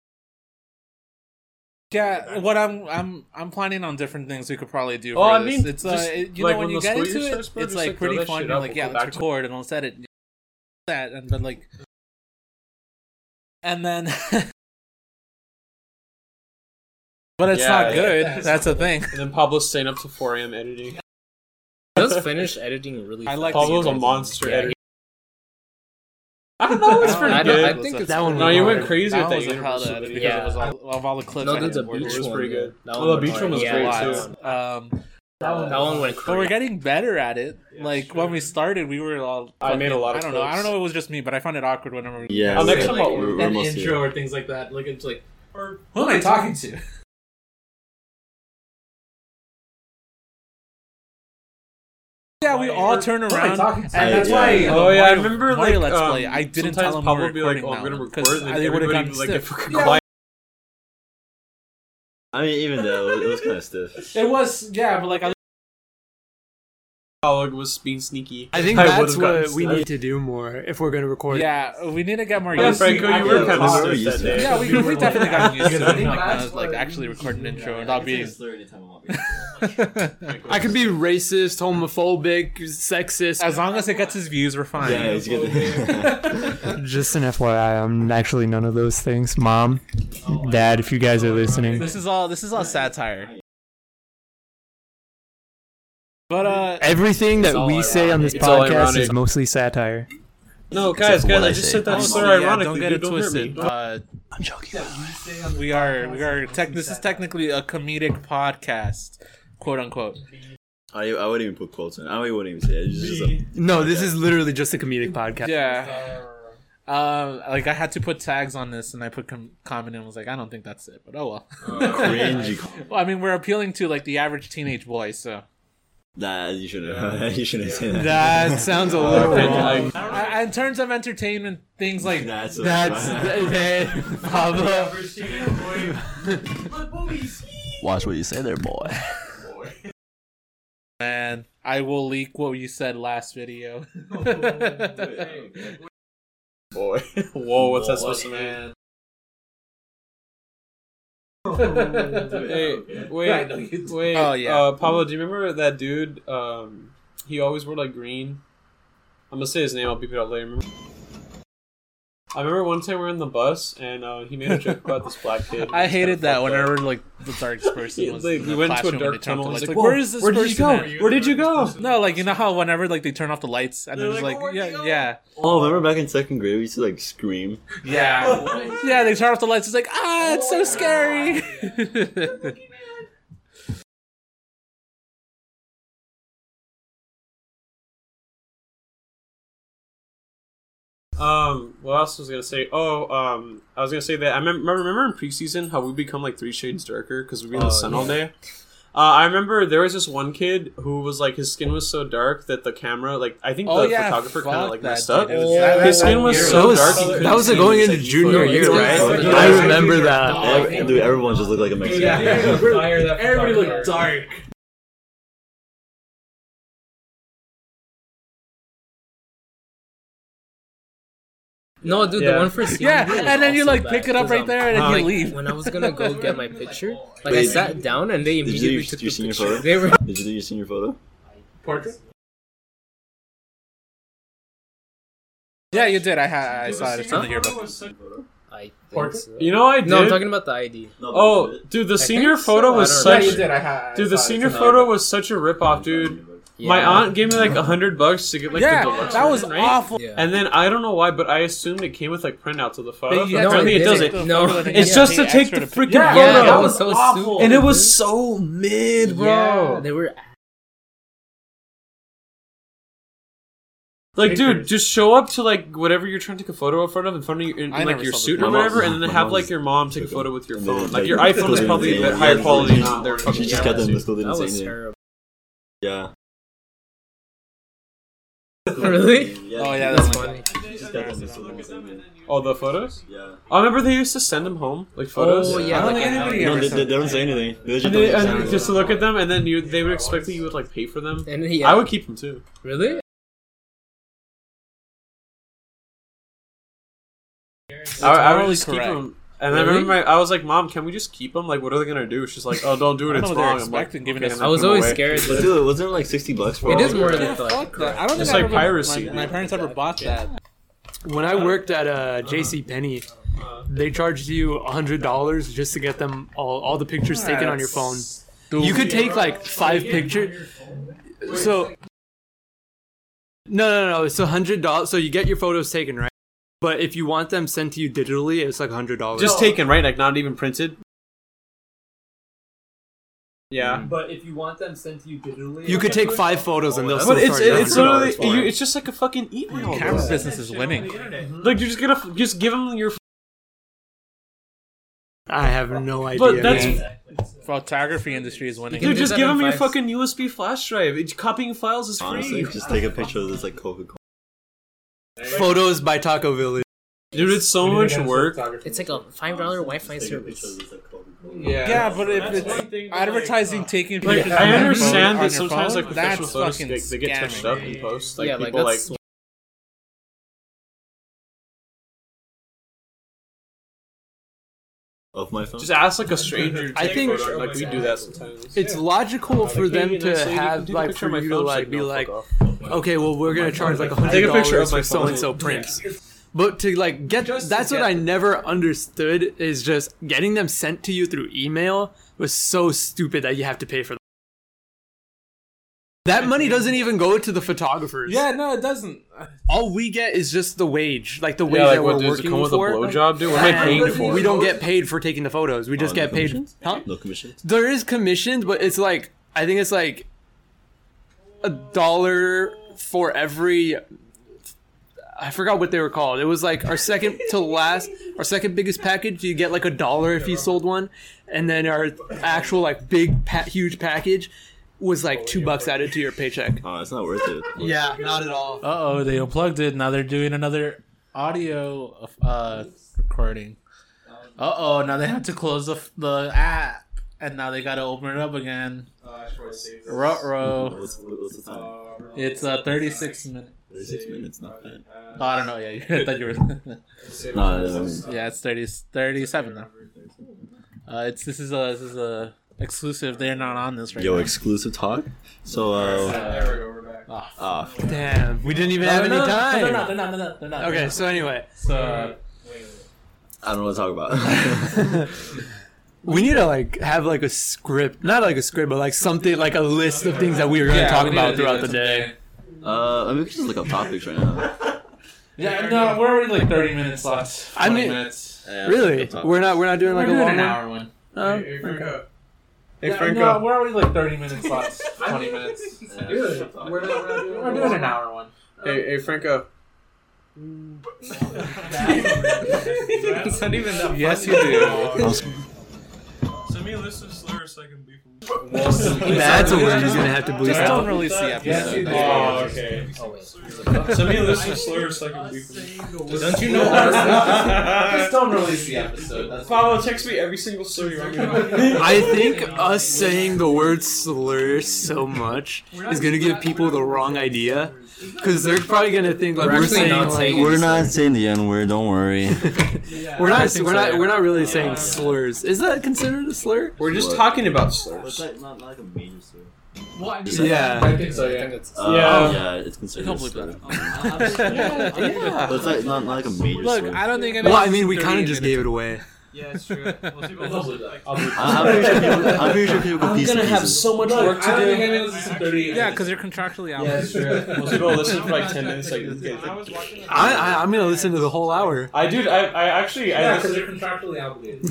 Yeah, what I'm I'm I'm planning on different things we could probably do.
Oh,
for
I
this.
mean,
it's
just,
uh, it- you
like,
know when
when
you
the
get
school
into
year
it,
starts, bro,
it's
just,
like
like,
pretty
throw that
fun.
shit
You're
up,
like,
we'll
yeah,
go
let's
back to it.
record and let's edit and that and but like and then. But it's
Yeah, yeah.
not good. That's the thing.
And then Pablo's staying up to 4 a.m. editing.
does finish editing really.
I
fast.
like
Pablo's
the-
a monster
Yeah,
editor. I don't know. It's
I
pretty
I, don't,
good.
I think it's
That one
No,
pretty
you
hard.
went crazy
That
with that
was a hell
Universal.
to edit because
Yeah.
it was all, of all the clips.
No,
I
there's a
had worked
beach
It was
one.
pretty
yeah.
good.
That
Oh, the beach
went
one was
hard.
great,
yeah,
too.
That one,
with. Um,
that one went
but we're
crazy.
getting better at it.
Yeah,
like
sure.
when we started, we were all.
I made a lot
I
of
don't know. I don't
clips.
know. It was just me, but I found it awkward whenever. we-
Yeah.
Oh,
we're-
next time I'll-
we're, we're
an
almost here.
intro or things like that. Like it's like, or
Who am I talking to? Yeah, we all turn
Who am I
around,
talking
and
to?
that's
Yeah.
why. uh,
Oh yeah, I
Mario-
remember
Mario
like
Let's
um,
Play, I didn't
sometimes
tell them
Pablo would
we were
be like,
recording
"Oh, I'm
that
gonna
one,
record,"
'cause
and then
they would've
everybody
gotten
would, like get
stiff.
fucking
Yeah,
quiet.
I mean, even though it was kind of stiff.
It was yeah, but like I
Pablo was being sneaky.
I think
I
that's
would've gotten
what we
stuck.
need to do more if we're gonna record.
yeah, we need to get more
Yeah,
used
Franco,
to.
you were
yeah,
kind of
we were
stiff
used
that
to
day.
it.
yeah, we, we definitely got used to it. I think, like,
That's
uh, like actually record an intro without being.
I could be racist, homophobic, sexist.
As long as it gets his views, we're fine.
Yeah, it's good.
Just an FYI, I'm actually none of those things. Mom, Dad, if you guys are listening,
This is all. This is all satire. But uh,
everything that we say on this
It's all
podcast
ironic.
is mostly satire.
No, guys,
for
guys,
what I
I just
say.
said that
Oh,
so
yeah,
ironically.
don't get
dude,
it
don't hurt me.
twisted. Uh,
I'm joking.
we are we are tech. This is technically a comedic podcast, quote unquote.
I, I wouldn't even put quotes in. I wouldn't even say it. It's just a,
No, this is literally just a comedic podcast.
Yeah. Um, like I had to put tags on this, and I put com- comment and was like, I don't think that's it, but oh well.
cringy. com-
well. I mean, we're appealing to like the average teenage boy, so
Nah, you shouldn't. you shouldn't say that.
That sounds a little wrong.
I- I-
I, in terms of entertainment, things like
That's a-
That's hey, Pablo.
Watch what you say there, boy.
man, I will leak what you said last video.
Boy.
Whoa, what's that supposed to mean? Hey,
I
wait,
know you do.
wait.
Oh, yeah.
Uh, Pablo, do you remember that dude? Um, he always wore like green. I'm gonna say his name. I'll beep it out later. Remember- I remember one time we were in the bus and uh, he made a joke about this black kid.
I hated that
Whenever.
whenever like the darkest person was.
Like,
in
we
the
went to a
classroom and
dark
they turned
tunnel,
off
it's
the lights.
like,
like,
"Where
where is this person? at?"
Where did you go?
No, like you know how whenever like they turn off the lights and
They're
then it's
like,
like,
"Where'd you
yeah,
go?"
yeah,
Oh, remember back in second grade, we used to like scream.
yeah, yeah. They turn off the lights. It's like ah, it's
Oh,
so scary.
Um, what else was I gonna say? Oh, um, I was gonna say that I mem- remember, remember in preseason how we become like three shades darker because we'd be in the sun all day. Uh, I remember there was this one kid who was like his skin was so dark that the camera, like I think
oh
the
yeah,
photographer kind of
fuck
like
that,
messed
dude.
up.
It was- that- that-
His skin was
year
so
was-
dark. you couldn't
that was
see.
going
It
into
like,
junior
photo-
year,
It's
right?
like-
Yeah.
Oh, I remember that.
Every, dude, everyone just looked like a Mexican.
Everybody looked dark.
No, dude,
Yeah.
the one for Senior
Yeah,
year was
and then you
also
like
bad,
pick it up
'cause,
right
um,
there and then
like,
you leave.
When I was gonna go get my picture, like I
Wait,
sat down and they
you do
immediately
your-
took
your
the
senior
picture.
photo?
They were
Did you do your senior photo?
Yeah, you did. I had. I saw it. It's in the yearbook.
I think
Portrait?
so.
You know, what I did.
No, I'm talking about the ID.
No,
Oh, dude, the senior
so,
photo
I
was
don't know.
such.
Yeah, you
dude,
did,
I had.
the senior photo was such a ripoff, dude. My
Yeah.
aunt gave me like a hundred bucks to get like
yeah,
the deluxe
that was
version, right?
awful.
Yeah.
And then I don't know why, but I assumed it came with like printouts of the photo.
But you
but
have to
apparently it
take
doesn't.
the
No.
photo and then
It's
you
just
pay
to take
extra
the
pay-
freaking
Yeah.
photo.
Yeah,
That
that
was
was so
awful.
stupid.
And it was so mid, bro.
Yeah, they were.
Like, dude, just show up to like whatever you're trying to take a photo in front of in front of your, in,
I
like
never
your
saw the
suit
photo.
or
My mom-
whatever, and
my
then have
mom
like
was-
your mom take a
took
photo
it.
with your
And then
phone.
they-
Like your
they
iPhone is
put it
probably a
in
bit
the-
higher
yeah,
quality
they-
than their
She
fucking
just
camera.
got them and still
That
didn't say
was
anything.
terrible.
Yeah.
Really?
Oh yeah,
That's
that's
funny.
funny.
She just got them and still didn't say anything.
All Oh, the photos.
Yeah.
I remember they used to send them home, like photos.
Oh yeah,
I don't
like
think
an
anybody
hour.
No,
ever
they,
said
they don't say anything. They just
And,
don't
they,
say
and
anything.
just to look at them, and then you they would expect that you would like pay for them.
And then he
I would keep them too.
really.
I, I would
morally
just keep
correct.
them. And I
Really?
remember my, I was like, "Mom, can we just keep them? Like, what are they gonna do?" She's like, "Oh, don't do it.
I
It's
don't know what they're
wrong." I'm like,
expecting, given
"Okay,"
it's-
and I
I was
put 'em
always
away.
scared.
But
That
dude, wasn't it like sixty bucks for
it
all
is
of
more
it?
than
Fuck that. I
like.
don't think
It's
I
like
ever-
piracy,
My,
dude.
my parents ever bought that.
When I worked at uh, J.C. Penney, they charged you hundred dollars just to get them all, all the pictures taken on your phone. You could take like five pictures. So No, no, no. It's a hundred dollars. So you get your photos taken, right? But if you want them sent to you digitally, it's like a hundred dollars.
Just taken, right? Like not even printed. Yeah.
But if you want them sent to you digitally, you could take five photos and they'll.
But
still
it's
charge you
it's
$100
literally
for
you,
it.
it's just like a fucking email.
Camera
bro.
business is winning.
Like you're just gonna f- just give them your.
I have no idea.
But that's
man.
Photography industry is winning.
dude.
do
Just
that
give
in
them your
five-
fucking USB flash drive. It's, copying files is free.
Honestly, just take a picture of this like Coca Cola.
photos by Taco Village.
Dude, it's so much work.
It's like a five dollar Wi-Fi
Take a picture of
service.
this like Coca Cola.
yeah, but if it's
thing
advertising taking
Like,
pictures,
I
on your
understand
phone-
that
on your
sometimes
phone,
like professional
that's
photos
fucking
get, they get touched
scamming.
up in post. Like
yeah, like
people
that's
like
Of my phone.
just ask like a stranger.
I
I
think-
think like we do that sometimes.
It's logical for them to have like for you to like be like, okay, well we're gonna charge like a hundred
Take a picture of
dollars
my
for so and so
phone.
prints. But to like get that's what I never understood is just getting them sent to you through email was so stupid that you have to pay for them. That money doesn't even go to the photographers.
Yeah, no, it doesn't.
all we get is just the wage, like the wage
yeah, like
that
what
we're
does it
working
come with a
for.
blowjob, dude? What am I
And
paying for?
we don't get paid for taking the photos. We just
Oh,
get
no
paid.
commissions?
Huh?
No commissions.
There is commissions, but it's like I think it's like a dollar for every. I forgot what they were called. It was like our second to last, our second biggest package. You get like a dollar if you sold one, and then our actual like big, pa- huge package was like two bucks added to your paycheck.
Oh, it's not worth it.
Yeah, not at all.
Uh oh, they unplugged it. Now they're doing another audio uh, recording. Uh oh, now they have to close the, f- the app, and now they got to open it up again. Ruh-roh.
What's, what's the time?
It's uh, 36 minutes.
36 minutes, not bad.
Oh, I don't know. Yeah, I thought you were.
No, no, no.
yeah, it's 30, 37 now. Uh, it's this is a this is a exclusive. They're not on this right
Yo,
now.
exclusive talk. So, uh,
There we go. We're back.
Ah, f-
ah, f-
Damn, we didn't even
no,
have
no,
any
no,
time.
No, no, they're not. They're not. They're not.
Okay, so anyway,
so uh,
I don't know what to talk about.
we need to like have like a script, not like a script, but like something like a list of things that we were gonna
yeah,
talk
we need
about
to do
throughout the
this
day.
today.
uh, I mean, we can just look up topics right now.
Yeah, no, we're already like 30 minutes left.
I
20
mean-
minutes.
Yeah,
Really?
look up
We're not we're not doing like
we're
a
doing an
long one?
hour one.
Oh,
Hey, here we go.
Yeah, No, we're already like 30 minutes left. 20 minutes.
topics. Yeah.
We're not, we're not doing
We're doing an hour one.
Hey, hey, Franco.
it's not even that
Yes, you do.
Send me a list of slurs so I can beef them.
That's a word he's gonna have to bleep
Just don't
out.
release the Yes, you episode. do.
Oh, okay.
Oh wait.
Send me a list of slurs so I can beef them.
Don't you know Just don't release the episode. That's
Pablo, text me every single slur you want.
I think us saying the word slur so much is gonna give people the wrong idea. Cause they're probably gonna think like
We're
we're,
actually
saying
not
like
saying
We're not saying the N word, don't worry.
we're
I
not
think
we're
so,
not
yeah.
we're not really
Uh,
saying slurs. Is that considered a slur?
We're just
What?
talking about slurs.
like, not like a major slur.
Yeah.
think so. Yeah. I think it's.
Uh, yeah.
Yeah.
it's considered
Don't
a
believe
slur.
that.
But it's like, not like a major
Look,
slur.
I don't think.
Well, I mean we kinda just gave it away.
Yeah, it's true.
I'm pretty sure people, I'm pretty sure people can piece it pieces.
much work
I don't think any
do.
of this is 30.
Yeah, because they're contractually out.
Most people listen for like ten minutes. Like, okay,
I was watching.
I, I I'm gonna listen to the whole hour.
I dude, I, I actually I listened,
contractually obligated.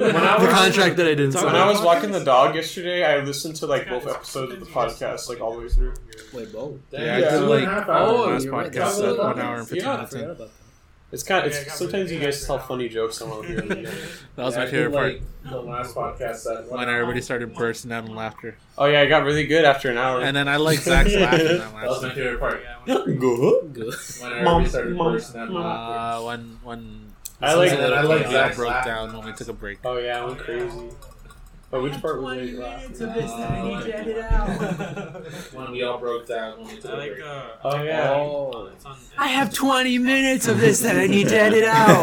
when I
The
was
contract that I didn't
when I
sign.
was walking the dog yesterday, I listened to like both episodes of the podcast like all the way through.
Wait, Bo.
Yeah,
Yeah.
I did like
Oh,
last
you're right.
podcast
Double
uh, one
it.
hour and fifteen
Yeah.
I
minutes. in.
forgot about
It's kind. Of, it's sometimes you guys tell funny jokes. I want to hear them again.
That was my favorite part
The last podcast that
when everybody started bursting out in laughter.
Oh yeah, I got really good after an hour.
And then I like Zach's laughing. That
That was
last
my
time.
favorite part.
Good.
that. Good.
When everybody started bursting out.
Uh, when when
I like.
Something that I like
Zach's
broke
laugh.
down when we took a break.
uh, Oh yeah, I'm crazy. Oh, which part was it?
When we all broke down. When we took a break.
uh,
Oh yeah.
Oh.
I have 20 minutes of this that I need to edit
That's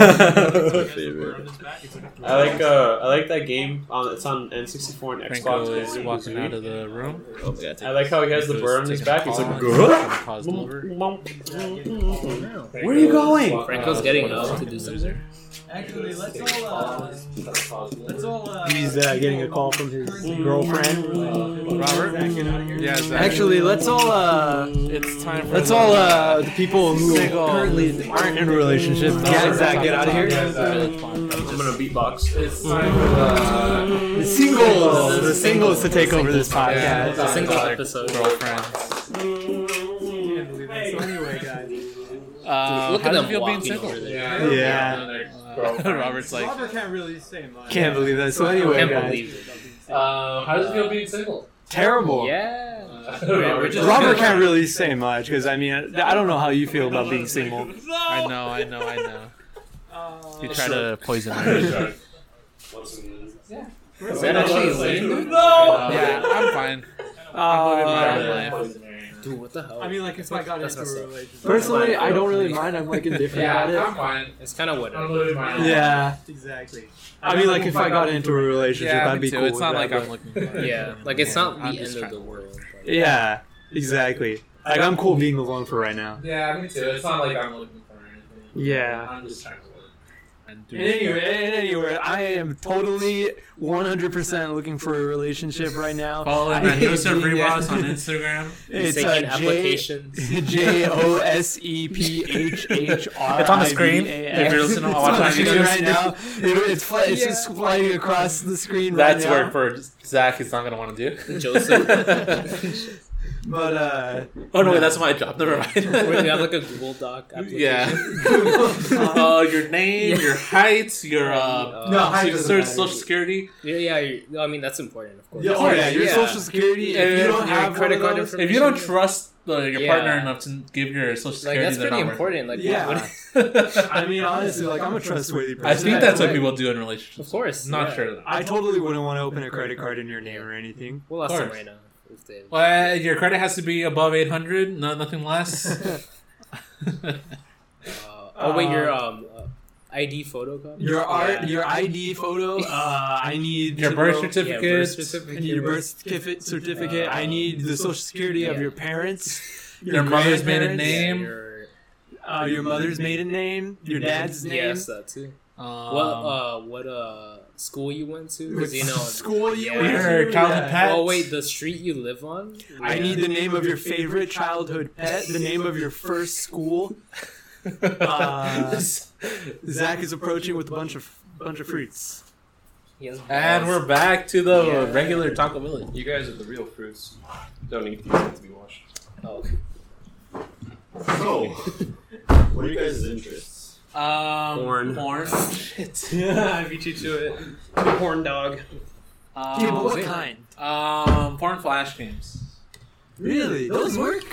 my favorite.
I like. Uh, I like that game. On it's on N64 and
Franco
Xbox.
is walking out of the room.
Oh my god,
I like how he has the burr on his back. He's like,
Taking a pause over.
"Grr."
Where
are you going?
Franco's getting up to do something.
Actually, let's all. Uh, Mm. let's all. Uh,
He's uh, getting a call from his girlfriend.
Robert? Yeah, Zach.
Actually, let's all uh,
it's time for
let's all uh, the people who currently aren't in a relationship get Zach get out of here.
Uh,
I'm gonna beatbox.
It's time for the
The singles, the singles to take over this
Yeah.
podcast.
It's a single episode.
girlfriends.
So anyway, guys,
Uh, how
Look at
do you
them
feel being
walking
single?
over there.
yeah.
Yeah.
Robert's like,
Robert can't really say much.
can't believe that. So anyway,
Can't
guys,
believe it.
Um,
how does it feel
being single?
terrible.
Yeah.
Robert,
just-
Robert can't really say much because I mean I don't know how you feel about being single.
"Uh, I know, I know, I know. You try to poison her.
Sorry.
Is that actually illegal?
Uh, yeah, I'm fine. I'm living
Uh,
my own life.
Dude, what the hell?
I mean, like, if I got
That's
into a
messed up.
relationship.
personally, I don't really mind. I'm like indifferent about it.
fine.
it's kind of whatever.
living my
Yeah,
Exactly.
I mean, like if I got into a relationship,
Yeah,
I'd
me
be
too.
cool.
It's
with
not
that,
like
but-
I'm looking for it.
Yeah, like it's not
I'm
the
just
end of
trying-
the world. but-
Yeah, exactly. Like I'm cool being alone for right now.
Yeah, me too. It's not like I'm looking for anything.
Yeah.
I'm just trying to work.
And do it.
Anyway, anyway, I am totally 100% looking for a relationship right now.
Follow him at Joseph Rivas on Instagram.
It's
He's taking
uh, J
applications.
J O S E P H H R.
It's on the screen. If you're listening, I'll watch
on the
on
screen
YouTube.
right now. It- it's fly, it's just flying across the screen right
That's
now.
work for Zach. He's not gonna want to do.
Joseph.
But uh,
oh no, wait, that's my job. Never
Wait, we
mind.
have like a Google Doc. Application.
yeah. uh, your name, your height, your uh,
No,
so
height
you can
doesn't
search
matter.
social security.
yeah, yeah. you- I mean, that's important, of course.
yeah, oh yeah, your
Yeah.
social security. If you
If
don't
your
have
credit
one of
card
those-
If you don't trust uh, your
Yeah.
partner enough to give your social
Like
security,
that's
they're
pretty
not worth
important. Like,
Yeah.
what-
it.
I mean, honestly, like I'm a trustworthy person.
I think that's what
Right.
people do in
of
relationships.
course.
Not
yeah.
sure though.
I totally wouldn't want to open a credit card in your name or anything.
We'll ask them
course.
right now. If they,
Well, your credit has to be above eight hundred, no, nothing less.
uh, oh wait, your um uh, ID photocopy.
Your art,
Yeah.
your ID photo. Uh, I need
your
to
birth
know-
certificate.
Yeah, birth
I
certificate.
need your birth certificate. certificate. I need the social security of
Yeah.
your parents.
Your mother's maiden
grandparents,
name.
Your,
Uh, your mother's maiden name. Your dad's name.
yes, that too.
Um,
What uh what uh school you went to?
What
Because you know.
school you
yeah.
went to.
Your childhood
yeah.
pet.
Oh wait, the street you live on.
I
Yeah.
need the name of your favorite childhood pet. The name of your first school. Uh, Zach is approaching with a bunch of bunch of fruits.
He has
and
balls.
we're back to the
Yeah.
regular Taco Village.
You guys are the real fruits. Don't need these to be washed.
So, what are you guys' interests?
uh,
Um,
Porn.
Porn. Shit.
Yeah, I beat you to it. Horn dog.
Um,
Oh,
yeah, but what kind?
Um, porn flash games.
Really? Those work?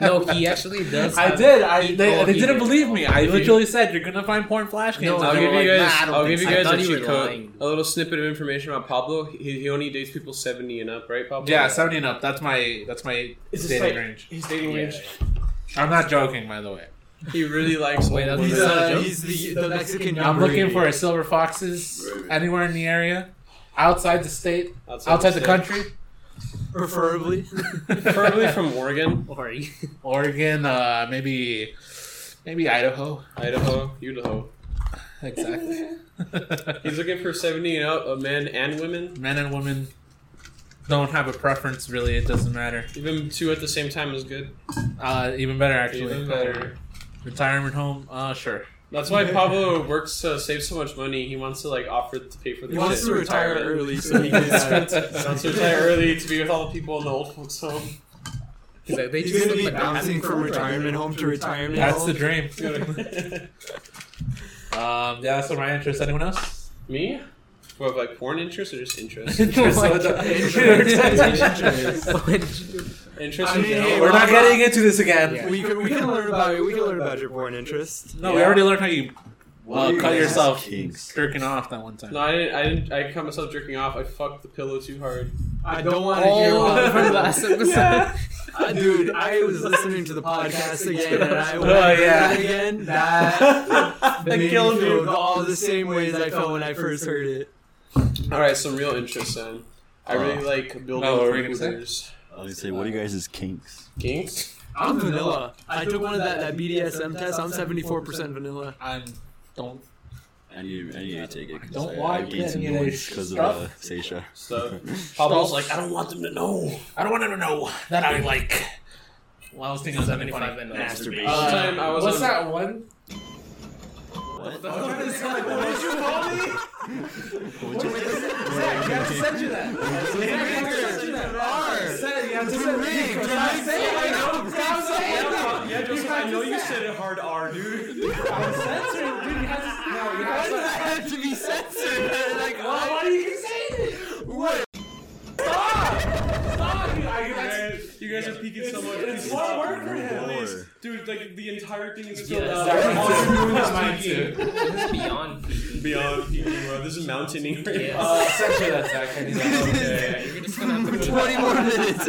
No, he actually does.
I
have-
did. I
he-
they,
oh,
they
he
didn't
did.
believe me. I
Did you-
literally said you're gonna find porn flash games.
No,
and
I'll
I'll
they
give
were
you
like,
guys.
"Nah, I don't
I'll
think
give you
so."
I
guys
thought
a
you
cheat
were
code.
lying.
A little snippet of information about Pablo. He, he only dates people seventy and up, right, Pablo?
Yeah, seventy and up. That's my that's my
It's just
dating
like-
range.
His dating
Yeah.
range.
I'm not joking, by the way.
He really likes.
Wait,
old
that's-
He's,
women.
not a
uh,
joke.
he's the, the Mexican.
I'm looking
Yamari.
for a silver foxes
Right.
anywhere in the area, outside the state, outside the
state.
country,
preferably.
Preferably from Oregon,
Or he-
Oregon, uh, maybe maybe Idaho.
Idaho, Idaho.
Exactly.
He's looking for seventy and up, uh, men and women,
Men and women don't have a preference, really. It doesn't matter.
even two at the same time is good.
Uh, even better, actually.
Even better.
Retirement home, uh, sure.
That's why Pablo works to save so much money. He wants to like offer to pay for the
He wants
shit.
to retire early so he
He's
can.
spent- he wants to retire early to be with all the people in the old folks' home.
He's like, they
He's
just
gonna
look
be
like
bouncing from retirement home to retirement
That's the
home.
dream. Um, yeah, that's what my interest. Anyone else?
Me? What, like porn interest or just interest?
Interest,
my
so it-
God.
Interest.
Interest
I
in
mean,
general?
hey,
We're not getting into this again.
Yeah.
We can we can learn about it. We can learn about your porn interest.
No, we already learned how you
are
uh,
you
cut
guys'
yourself
kinks?
jerking off that one time.
No, I didn't. I didn't. I caught myself jerking off. I fucked the pillow too hard.
I don't want to hear
Oh,
about
from last episode.
Uh, dude, I was listening to the podcast again, and I went
Oh,
over
yeah.
that again. That, made killed me feel all the same ways I felt when I first heard it.
All right, some real interest then. I really like building
Oh, what were we gonna say?
computers.
I was gonna say, what are you guys' kinks?
Kinks?
I'm vanilla. I took one of that, that BDSM test. I'm 74% vanilla.
I'm don't
I need, I need to take it. 'cause
Don't
I,
want
I ate some
any of that
noise because of the
stuff.
Seisha.
So
Pablo's like, I don't want them to know. I don't want them to know that I like. Well, I was thinking of 75 and
Masturbation.
Last time Uh, I was
What's
on-
that one?
What is that? What did you call me? Zach, you have to send you that. Zach, you have to send me. Did I say it? I know. Stop saying
yeah, Joseph, I know you said it hard R, dude.
I'm censored, dude. You have to, no, you have to.
have to be censored? Like,
Why do you say this?
What?
Stop, dude. I, that's,
Man, you guys are peeking so much.
it's more work for him.
Lord.
Dude, like the entire thing is
Yeah,
filled
sorry.
out.
Mine too.
This is beyond.
Beyond peeking, bro. This is mountaineering.
Yeah.
Uh, censor that, Zach. I need that.
Yeah, you're just gonna have to put that-
20 more minutes of
needs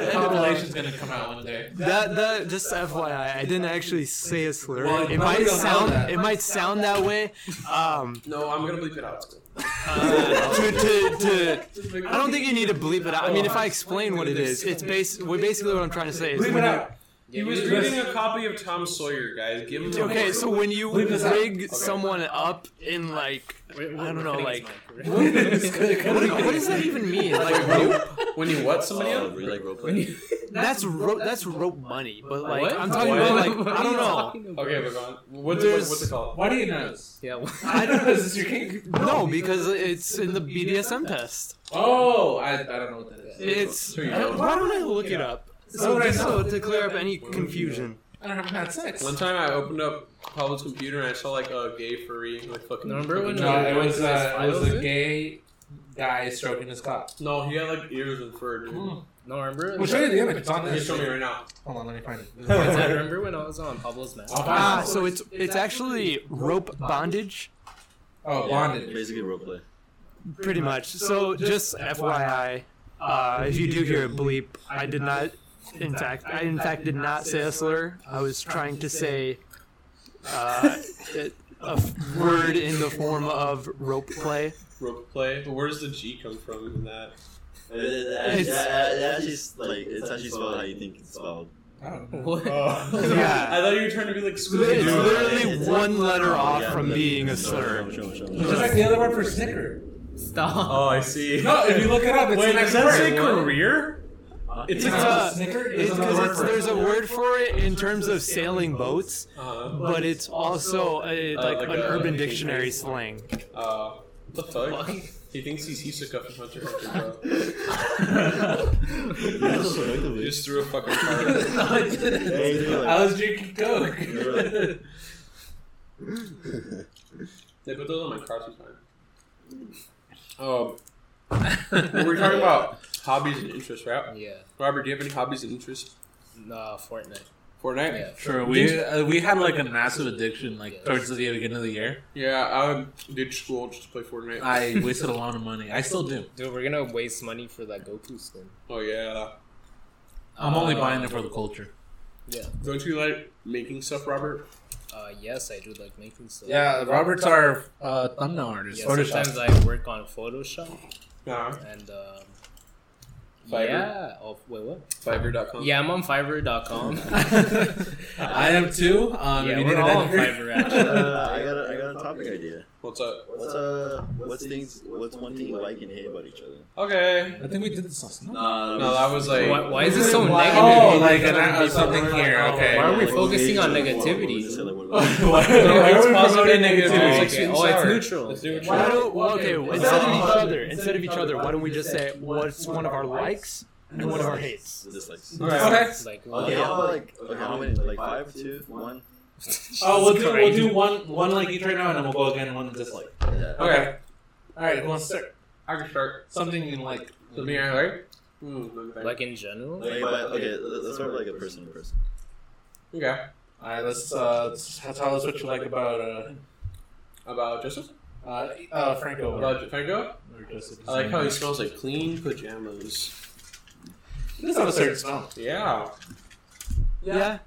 The
end it
compilation's gonna come out one day.
That that just FYI, I didn't actually say a slur.
Well, no,
it
we
might
don't have that.
sound it might sound that way. Um,
No, I'm gonna bleep it out.
uh, to, to, to, I don't think you need to bleep it out. I mean, if I explain what it is, it's bas- well, basically what I'm trying to say is. When
He
you,
was reading a copy of Tom Sawyer, guys. Give him a
okay, so when you rig someone up in like I don't know, like what, do- what does that even mean? Like
when you what somebody
Oh,
Uh,
else?
really like role play.
that's ro- that's rope money, but like
What?
I'm talking about like I don't know.
Okay, we're gone. What's it,
There's-
what's it called?
Why do you know this?
Yeah. well-
I don't
Is this your king?
No, because it's in the BDSM test.
Oh, I, I don't know what that is.
It's
Who you
uh,
know?
why don't I look it up? So just so to clear up any confusion.
I don't have had sex.
One time I opened up Pablo's computer and I saw like a gay furry like fucking.
Remember when-
No,
No, it was uh, it was
Files
a
it?
gay guy stroking his cock.
no, he had like ears and fur. Dude.
No, remember?
We'll show you the image. Hmm. It's on
Just
this.
show me right now.
Hold on, let me find it. Oh,
I remember when I was on Pablo's match.
I'll
Ah,
find it.
so it's it's actually rope bondage,
Oh,
Yeah,
bonded.
basically role play.
pretty much. So just FYI, uh, if you do hear a bleep, I did not. In fact, I in fact did not say a slur. I was trying to say uh, it- a f- word in the form of rope play.
Rope play. But where does the G come from in that?
It, it, it, it's, actually s- like it's actually spelled how you think it's spelled.
Oh.
Oh.
Yeah.
I thought you were trying to be like
It's
Scooby Doo.
literally one letter off
Yeah,
from
oh let me-
being a
show-
slur.
show- show- show-
Just like the other one for snicker.
Stop.
Oh, I see.
No, if you look it up, it's
Wait,
the next
does that say
word.
career? It's
No,
a.
It's, uh,
snicker is
It's
another
because
word
it's,
for it.
there's a word for it in terms of sailing boats,
Uh,
but it's also a,
Uh,
like
like
an
a-
Urban Dictionary slang.
uh, what the fuck? He thinks he's Hisoka from Hunter x Hunter, bro.
Yeah,
You
totally.
just threw a fucking card.
No, I didn't.
Hey, you were
I
like-
was drinking Coke.
you were like-
They put those on my car sometime. Um, we were talking about hobbies and interests, right?
Oh.
Yeah.
Robert, do you have any hobbies and interests?
Nah, Fortnite.
Fortnite.
Yeah.
Sure, we uh, we had like a massive addiction like towards the beginning of the year.
Yeah, I did school just to play Fortnite.
I wasted a lot of money. I still do.
Dude, we're gonna waste money for that Goku skin.
oh yeah.
I'm only
Uh,
buying it for the culture.
Don't you like making stuff, Robert?
Uh, yes, I do like making stuff.
Yeah, Robert's our
Uh, thumbnail artist.
Yeah,
Photoshop.
sometimes I work on Photoshop
Nah.
and um,
Fiverr? Oh.
yeah. Oh, wait, what?
Fiverr.com.
Yeah, I'm on Fiverr.com.
I am too. Um,
yeah,
if you
we're
need an
all on
editor.
Fiverr. Actually.
Uh, I got a, I got a topic idea.
What's up?
What's uh, what's things? What's one thing you like and hate about each other?
Okay.
I think we did this last night.
Nah,
No, that was like.
Why, why is this so negative?
Oh, like an, uh, something here.
oh,
Okay.
Why are we
like,
focusing on
what- what- what-
negativity?
what- what- what- what-
it's
we
positive and
promoting
negative.
negativity?
Oh,
It's
okay.
like sweet and
oh it's
sour.
neutral.
Let's do it.
Why don't, well, okay, instead of each other, instead of each other, why don't we just say what's one of our likes and one of our hates?
what- Dislikes.
Okay.
Okay.
Like,
Okay,
what?
how, like, okay, how many? Like five, two, one.
Oh, we'll do, we'll
Christ.
do one one like each right now, and then we'll go again one dislike.
Yeah.
Okay. All right. Who wants to start?
I can start.
Something you like.
Something I like. Mm,
like in general?
Like, but, okay, let- let's start with, like a person to person.
Okay.
All right. Let's uh, let's tell us what you like about uh,
About Joseph?
uh,
e,
uh Franco. Or,
About Franco?
or Joseph.
I like how he smells like clean pajamas.
He does have a certain smell.
Yeah.
Yeah,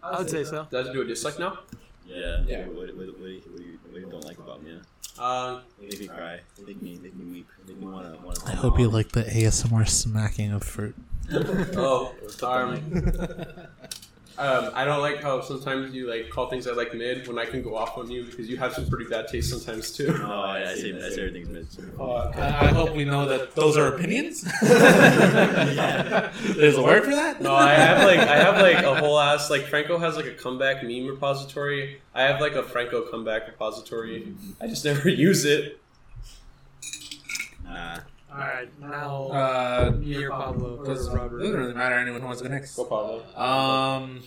I would say so.
Does it do a dislike now?
Yeah.
Yeah.
What, what, what, what, do you, what, do you, what do you don't like about me? Yeah.
Um,
Make me cry. Make me, make me weep. Make me wanna, wanna.
I hope you like the ASMR smacking of fruit.
oh, um, oh. Um, I don't like how sometimes you like call things I like mid when I can go off on you because you have some pretty bad taste sometimes too.
Oh, I, I say, I say everything's mid.
Uh, I, I hope we know that those are opinions.
Yeah.
There's a word for that.
No, I have like I have like a whole ass like Franco has like a comeback meme repository. I have like a Franco comeback repository. I just never use it.
Nah.
All right, now
Uh,
you're Pablo
doesn't, doesn't really matter anyone who wants to go next.
Go Pablo.
Um,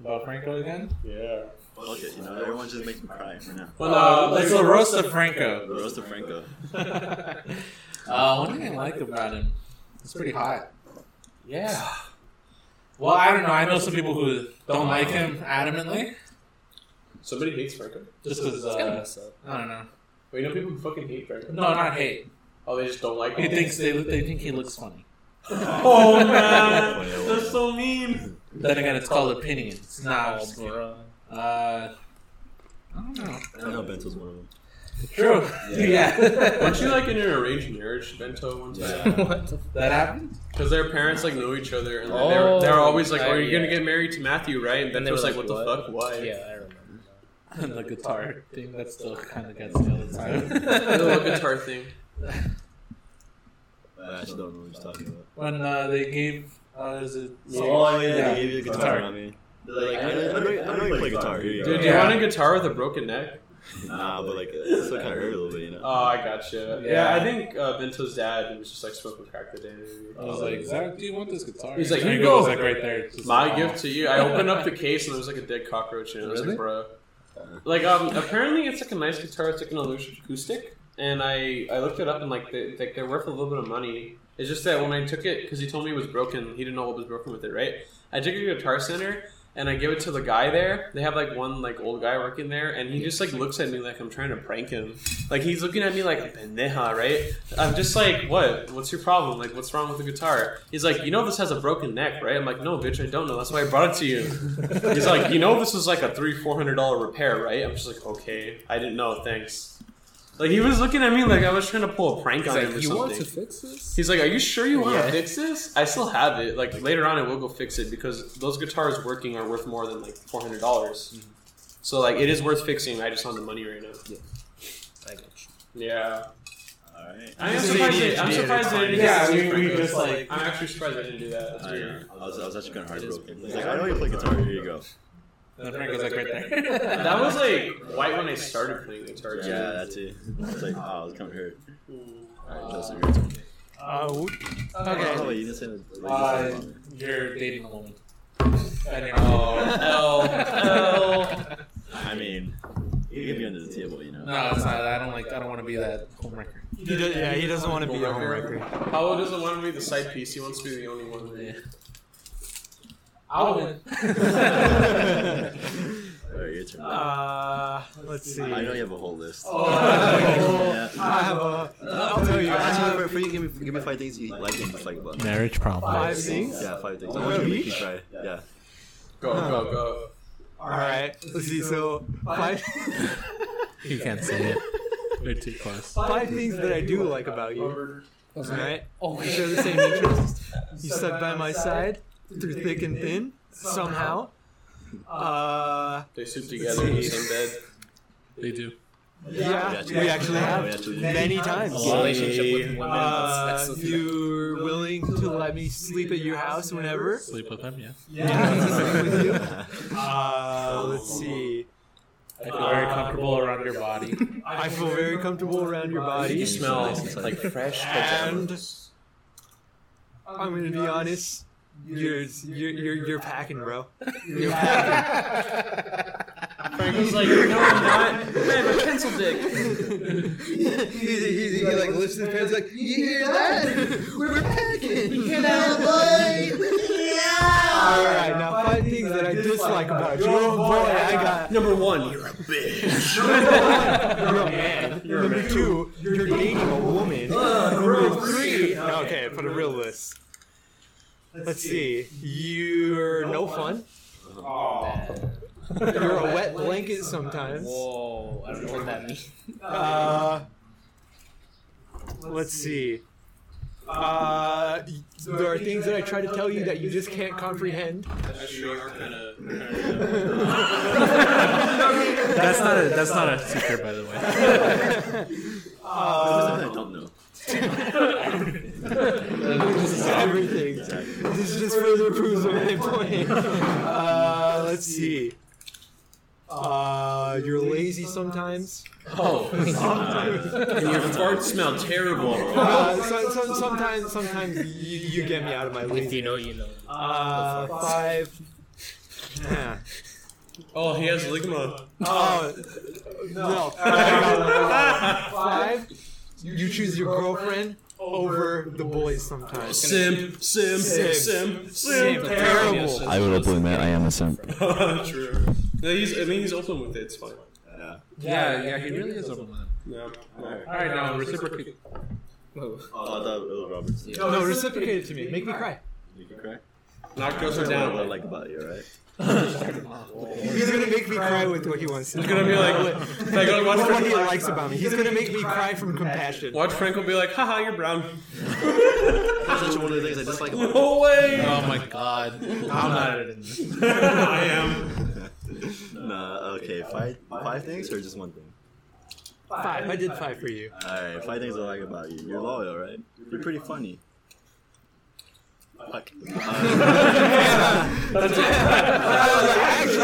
about Franco again.
Yeah.
Fuck it, you know, everyone just make me cry for now.
Well,
Uh,
no,
let's
let's
go
go.
roast of Franco.
The roast of Franco.
Uh, one thing I like about him, it's pretty hot.
Yeah.
Well, I don't know. I know some people who don't like him adamantly,
Somebody hates Franco.
just because
Gotta
uh,
mess up.
I don't know.
Wait, you know people who fucking hate Franco.
No, not hate.
Oh, they just don't like
He
him.
thinks they they think he looks funny.
Oh man, that's so mean.
Then again, it's called opinions. Nah,
Oh, bro.
uh, I don't know.
I know Bento's one of them.
True. Yeah.
Weren't you like in an arranged marriage, Bento, one time?
Yeah.
what the? F-
that happened.
Because their parents like know each other, and like, they were they were
Oh,
always like, "Oh,
uh,
you're gonna
yeah.
get married to Matthew, right?" And then
they
was
were
like, "What the fuck? Why?"
Yeah, I remember.
the guitar thing that still kind of gets me all the time.
the little guitar thing.
But I actually don't know what he's talking about.
when uh, they gave uh, there's a
Oh, yeah,
Yeah.
they gave you a guitar,
Guitar.
I mean. They're like, I, don't- I, don't- I don't even play guitar. Here you go.
Dude, do you
Yeah.
want a guitar with a broken neck?
Nah, but like, it still kind of hurt a little bit, you know?
Oh, I gotcha. Yeah,
Yeah.
I think uh, Bento's dad was just like smoking crack the day.
I was like, Zach, do you want this guitar?
He's like,
And
"Here you
Hugo was
go."
like right there. It's just
My
like,
gift to you. I opened up the case and there was like a dead cockroach in it. I was like, bro. Like, um, apparently it's like a nice guitar. It's like an illusion acoustic. And I, I looked it up and like, they, like they're worth a little bit of money. It's just that when I took it, because he told me it was broken, he didn't know what was broken with it, right? I took it to Guitar Center and I give it to the guy there. They have like one like old guy working there, and he just like looks at me like I'm trying to prank him. Like he's looking at me like a pendeja, right? I'm just like, what? What's your problem? Like, what's wrong with the guitar? He's like, you know this has a broken neck, right? I'm like, no, bitch, I don't know. That's why I brought it to you. He's like, you know this was like a three four hundred dollar repair, right? I'm just like, okay, I didn't know. Thanks. Like he was looking at me like I was trying to pull a prank on him or
you
something.
want to fix this?
He's like, "Are you sure you want to
Yeah.
fix this? I still have it. Like later on, I will go fix it because those guitars working are worth more than like four hundred dollars.
Mm-hmm.
So like, it is worth fixing. I just want the money right now.
I got you.
Yeah,
Alright.
I am
This is
surprised. That,
ADHD
I'm surprised
at its
that it
finest.
didn't.
Yeah,
get
we-
Super
we
Freakers.
just, like-
I'm actually surprised I didn't do that. That's
I,
weird.
uh, I was, I was actually kind of heartbroken. He's like, I don't even play guitar. Here you go.
And Franco's like right there.
That was like right when I started playing guitar. too.
Yeah, that's it. It's like, oh, I was kind of hurt.
Ooh.
Alright, Justin, your turn.
Uh,
Oh,
okay.
wait, you didn't say the- like, you
Uh,
didn't say the-
you're dating a woman.
Oh.
I mean, you could be under the table, you know?
No, it's not. I don't like. I don't want to be that homewrecker.
He does, yeah, he doesn't want to be a homewrecker.
Paolo doesn't want to be the side piece. He wants to be the only one.
I'll win.
Alright, your turn.
Uh, let's see.
I know you have a whole list.
Oh.
yeah.
I have a. I'll tell you. I
Actually,
have
for, for you, give me, give me five things you like and dislike about. me.
Marriage problem.
five things.
Yeah, five things. I
On
want you to
the
make me
beach?
try. Yeah.
Go go go.
All right. Let's see. So five,
You can't say it. They're too close.
five things that I do like about you. All right.
Oh,
We share the same interests. You stuck by my side through thick and thin somehow. Uh,
They soup together in the same bed.
They do.
yeah, we actually
We
have
actually did.
many times.
Yeah.
Relationship with women.
Uh,
that's, that's the
you're willing to let me sleep at your house whenever.
Sleep with them, yeah.
Yeah. With you. Uh, let's see.
I feel very comfortable around your body.
I feel very comfortable around your
Uh, You
body.
smell like fresh
And-
pajamas.
I'm gonna be honest. You're you're you're, you're packing, bro. You're
Franco's like, no, I'm not. I have a pencil dick.
packing. he, he, he, like lifts his pants like you hear that? We're packing. You hear that, boy? Yeah. All right, now five things that I dislike about you. Oh boy, I got.
Number one, you're a
You're a man. Number two, you're dating a woman. Number three. Okay, put a real list. Let's see. You're no fun. You're a wet blanket sometimes.
Whoa, Oh, I don't know what that means.
Uh, let's see. Uh, there are things that I try to tell you that you just can't comprehend.
Actually, you're gonna.
That's not a that's not a secret, by the way.
Uh, I don't know.
This is everything. This just further proves my point. Uh, let's see. Uh, you're lazy sometimes.
And your farts smell terrible.
Uh, so, so, sometimes, sometimes you, you get me out of my
If
lazy.
you know, you know.
Uh, five. Yeah.
Oh, he has ligma.
Oh no! Five. You choose your girlfriend over the boys sometimes.
Simp, simp,
Simp.
simp, simp,
Simp. Terrible.
I will open that. I am a simp.
True. No, he's, I mean, he's open with it. It's fine.
Yeah, yeah, he really is open minded.
Yeah.
All right, now reciprocate.
Oh, I thought it was Robertson.
No, reciprocate it to me. Make me cry.
You can cry.
Knock goes
That's what I
down.
like about you, right?
He's gonna make me cry with what he wants. He's
gonna be like- I gotta watch
what
Frank-
he likes about me. He's gonna make me cry from compassion.
Watch Frank will be like, haha, you're brown.
That's actually one of the things I dislike about you.
No way!
Oh my god, I'm not editing this.
I am.
Nah, okay. Five, five things or just one thing?
Five. I did five for you.
Alright, five things I like about you. You're loyal, right? You're pretty funny. Fuck.
actually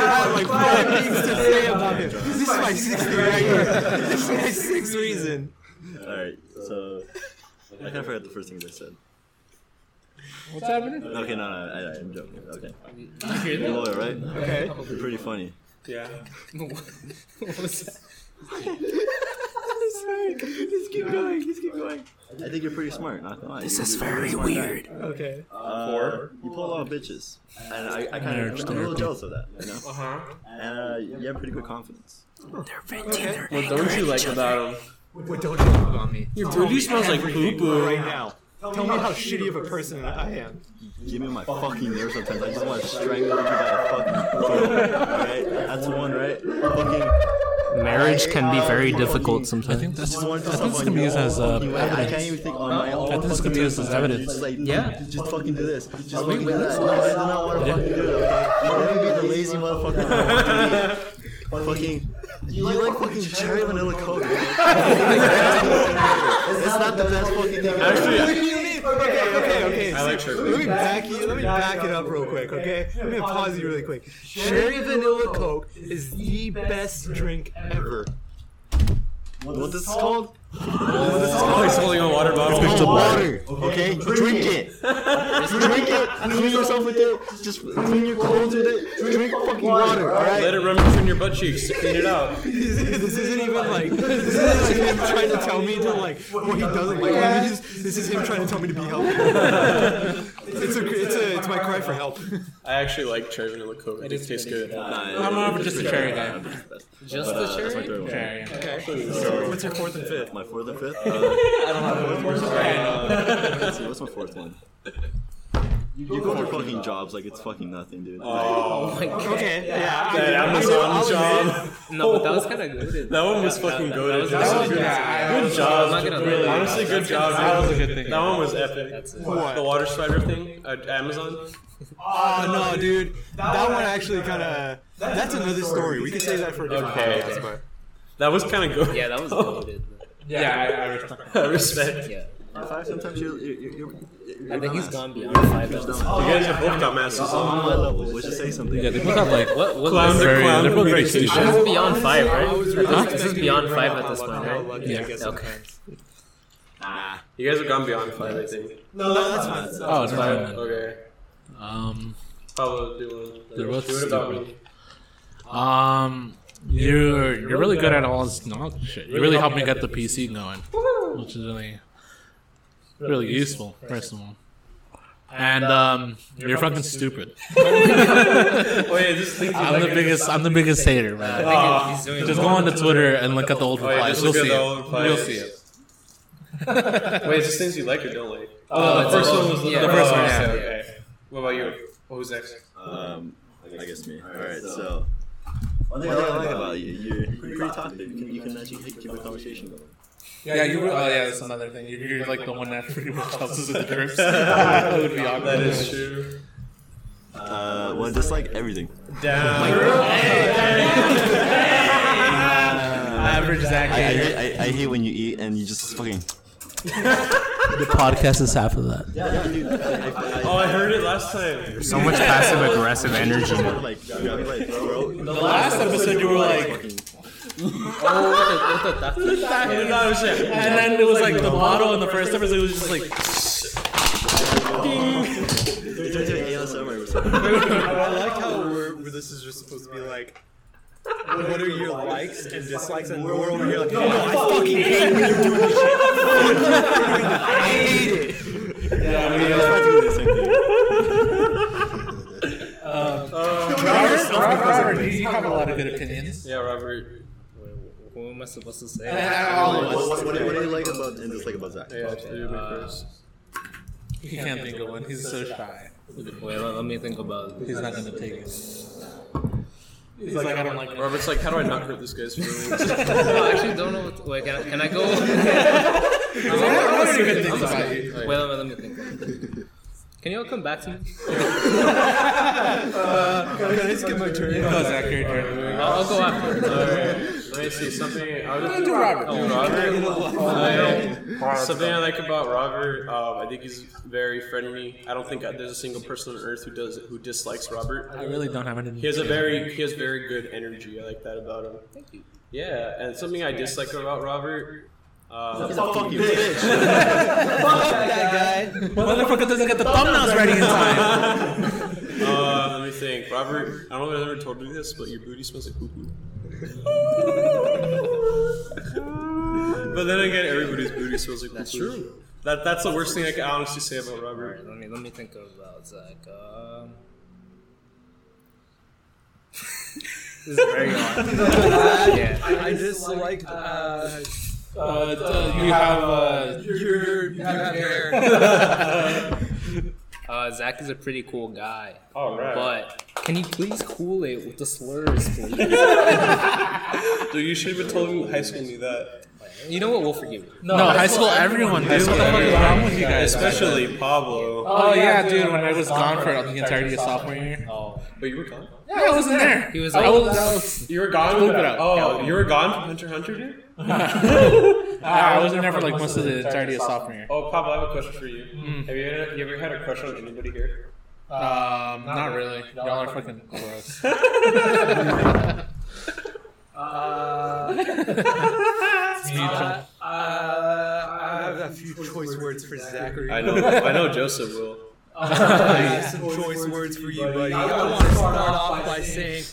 have like five things to say about him. This is my sixth right here. This is my sixth reason.
Alright, so. I kind of forgot the first things I said.
What's happening?
Okay, no, no, I, I'm joking. Okay.
You hear
You're loyal, right?
Okay.
You're pretty funny.
Yeah.
What was that?
Just keep going. Just keep going.
I think you're pretty smart, not gonna lie. This is
Very weird. Okay.
Uh, you pull a lot of bitches. And I, I kind of. I'm a little jealous of that, you know?
Uh huh.
And uh, you have pretty good confidence.
What don't you like about him?
What don't you love about me? Your
booty smells like poo-poo.
right now. Tell me how shitty of a person I am.
Give me my fucking nerves sometimes. I just want to strangle you by a fucking throat. Alright? That's one, right? Fucking.
Marriage can be very
I-
difficult sometimes.
That's
Just one
I
fuck
think this
on
can be
you.
used as uh,
You- I- I can't even think on my own.
I think this could be used as evidence.
Just like,
Yeah.
Just, just fucking do this. Just fucking do that. No, I do not want to fucking do it, okay? Let me be the lazy motherfucker. that I want to be. fucking. You like fucking cherry vanilla coke, man. It's not the best fucking thing I've ever
What do you mean? Okay, okay, okay.
I like sugar.
Let me back you. Let me back it up real quick, okay? Let me pause you really quick. Sherry vanilla coke is the best drink ever.
What this is called?
Oh, he's holding a water bottle.
It's water, okay? Oh. Drink it. Drink it. Clean yourself with it. Just clean your clothes with it. Drink fucking water, alright?
Let it run between your butt cheeks to clean it out.
this isn't even like this isn't like him trying to tell me to like what he doesn't like. Let me just, this is him trying to tell me to be helpful. it's a it's a it's my cry for help.
I actually like cherry vanilla coke. It, tastes good.
I'm not just a cherry guy.
Just
But,
the
uh, that's my
cherry?
third one.
Cherry.
What's your fourth and fifth?
My fourth and fifth? Uh,
Uh,
let's see, what's my fourth one? You go for fucking jobs like it's fucking nothing, dude.
Oh my god.
Okay, yeah. I-
that
I-
Amazon
I'll admit
job.
No, but that was kind of good.
That one was fucking good.
was-
That
that
was good.
was-
yeah,
Good job.
I'm not gonna
Really,
lie.
honestly, good
That's-
job.
That was a good thing.
That one was epic.
That's
What?
The water spider thing at Amazon.
Oh no, dude. That one actually kind of. That's another story. We can say that for a different
Okay.
podcast, but
That was kind of good.
Yeah, that was loaded.
Yeah, I, I respect.
I respect.
Yeah.
Five, sometimes you're, you're, you're, you're,
I think he's
dumbass.
gone beyond five.
You're
though.
dumbass.
You guys are both dumbasses.
Uh-huh.
On my level, would you say something?
Yeah, they both have like
What? what
Clown
was
to
this?
very,
clown.
they're both very
Honestly,
This
patient.
is beyond five, right?
I was
This-
really
This is
expecting
beyond
you to
five
bring
at
up
this
how
point,
lucky I was.
right?
Yeah, I
Yeah.
guess
Okay.
You guys have gone beyond five, I think.
no, that's fine.
Oh, no, no, no.
Okay.
Um,
Pablo, do one.
They're both
Do it about me.
um, you're you're really good at all this knowledge shit. You really helped me get the PC going, which is really really useful. First of all. And um, you're fucking stupid.
Oh yeah, this thing.
I'm the biggest. I'm the biggest hater, man.
He's doing
Just go on to Twitter and look at the old
Oh, yeah, just
replies. You'll
look at
see
the old
it.
replies.
You'll see it.
Wait, is this things you like or don't like?
Oh,
Uh, the
it's-
first one was the,
yeah,
the
the
first
first
one.
one,
Yeah. Oh,
yeah.
Okay. What about you? What was next?
Um, I guess me. Alright, so. One thing I like about you, you're pretty talkative. You can, you can actually keep a conversation going.
Yeah, you were. Oh, yeah, that's another thing. You're, you're like the one that pretty much helps us with the drips. that would be awkward.
That is true.
Uh, well, just like everything.
Down.
Average Zach.
I, I, hate- I, I hate when you eat and you just fucking.
the podcast is half of that.
Oh, I heard it last time.
So much passive aggressive energy.
Like, grab me by the throat.
The last episode, you were like,
Fucking-
No, no, it was it.
and then it was like the bottle, and the first episode was just like,
It's like doing ASMR or something.
I like how we're, we're- this is just supposed to be like. What are your likes and dislikes? And we're over here like, no, I fucking hate when you're doing this shit. I hate it.
I mean, I was about to do the same thing. Uh,
Uh,
Robert, Robert, Robert, you have a lot of good opinions.
Yeah, Robert.
What am I supposed to say?
All of
What,
us.
what, what do you like about and dislike about Zach?
Yeah, you go first.
He can't think of one. He's so shy.
Wait, let, let me think about it.
He's not gonna take it. He's like, I don't like.
Robert's like, how do I not hurt this guy's feelings?
No, I actually don't know. What wait, can I, can I go?
What are good things about you?
wait, let me, let me think. Let me think. Can you all come back to me?
Go, Zach, your turn.
I'll, I'll go after.
Let me see something. I was,
Do Robert.
oh, Robert. I- something I like about Robert. Um, I think he's very friendly. I don't think there's a single person on earth who does who dislikes Robert.
I really don't have any.
He has a very he has very good energy. I like that about him. Thank you. Yeah, and something I dislike about Robert. Um,
Fuck you, bitch.
Motherfucker doesn't get the thumbnails ready in time.
uh, let me think. Robert, I don't know if I ever told you this, but your booty smells like poo poo. but then again, everybody's booty smells like poo poo. That's true. That, that's the worst thing I can honestly say about Robert.
Alright, let me let me think about Zach. Um, this is very hard. yeah.
I dislike uh,
you have uh,
your you have hair.
Uh, Zach is a pretty cool guy,
All right.
but can you please cool it with the slurs, please?
Dude, you should have told me high school knew that.
You know what? We'll forgive you.
no, high school. Everyone did. What the fuck is wrong with you guys?
Especially Pablo.
Oh yeah, dude. When I was gone for the entirety of sophomore year,
Oh,
But you were gone?
yeah, I wasn't there.
he was
I
like, "Oh,
was.
You were gone?
Loop it up.
Oh, you were gone from Hunter x Hunter, dude?
I wasn't there for like most of the entirety of sophomore year.
Oh, Pablo, I have a question for you. Have you ever, you ever had a crush on anybody here?
Um, not really. Y'all are fucking gross.
Uh, I have a few choice words for Zachary.
I know, I know Joseph will.
I have some choice words for you, buddy. I want to start off by saying. I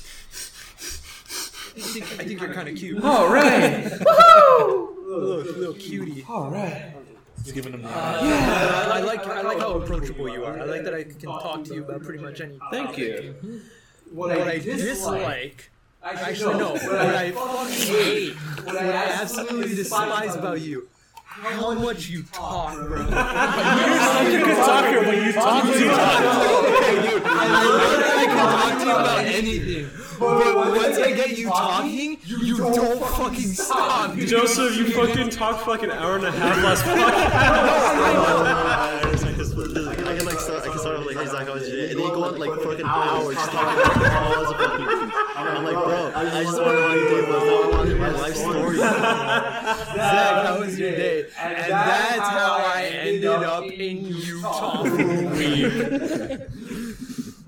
think, I think you're kind of cute. All right, little, little cutie.
He's giving him.
Yeah, I like I like how approachable you are. I like that I can talk to you about pretty much anything.
Thank you.
What I dislike. Actually, no. What I fucking hate. What I absolutely despise about you. How much you talk, bro.
You're a good talker, but you talk too much.
I love that I can talk to you about anything. But once I get you talking, you don't fucking stop. dude.
Joseph, you fucking talked for like an hour and a half last podcast.
I can like split this. I can like start. I can start off like hey Zach, how's your day? And then you go on like fucking hours just talking about all this fucking shit. I'm like, bro, I just want to know how your day was. I want to know my life story.
Zach, how was your day? And that's how I ended up in Utah.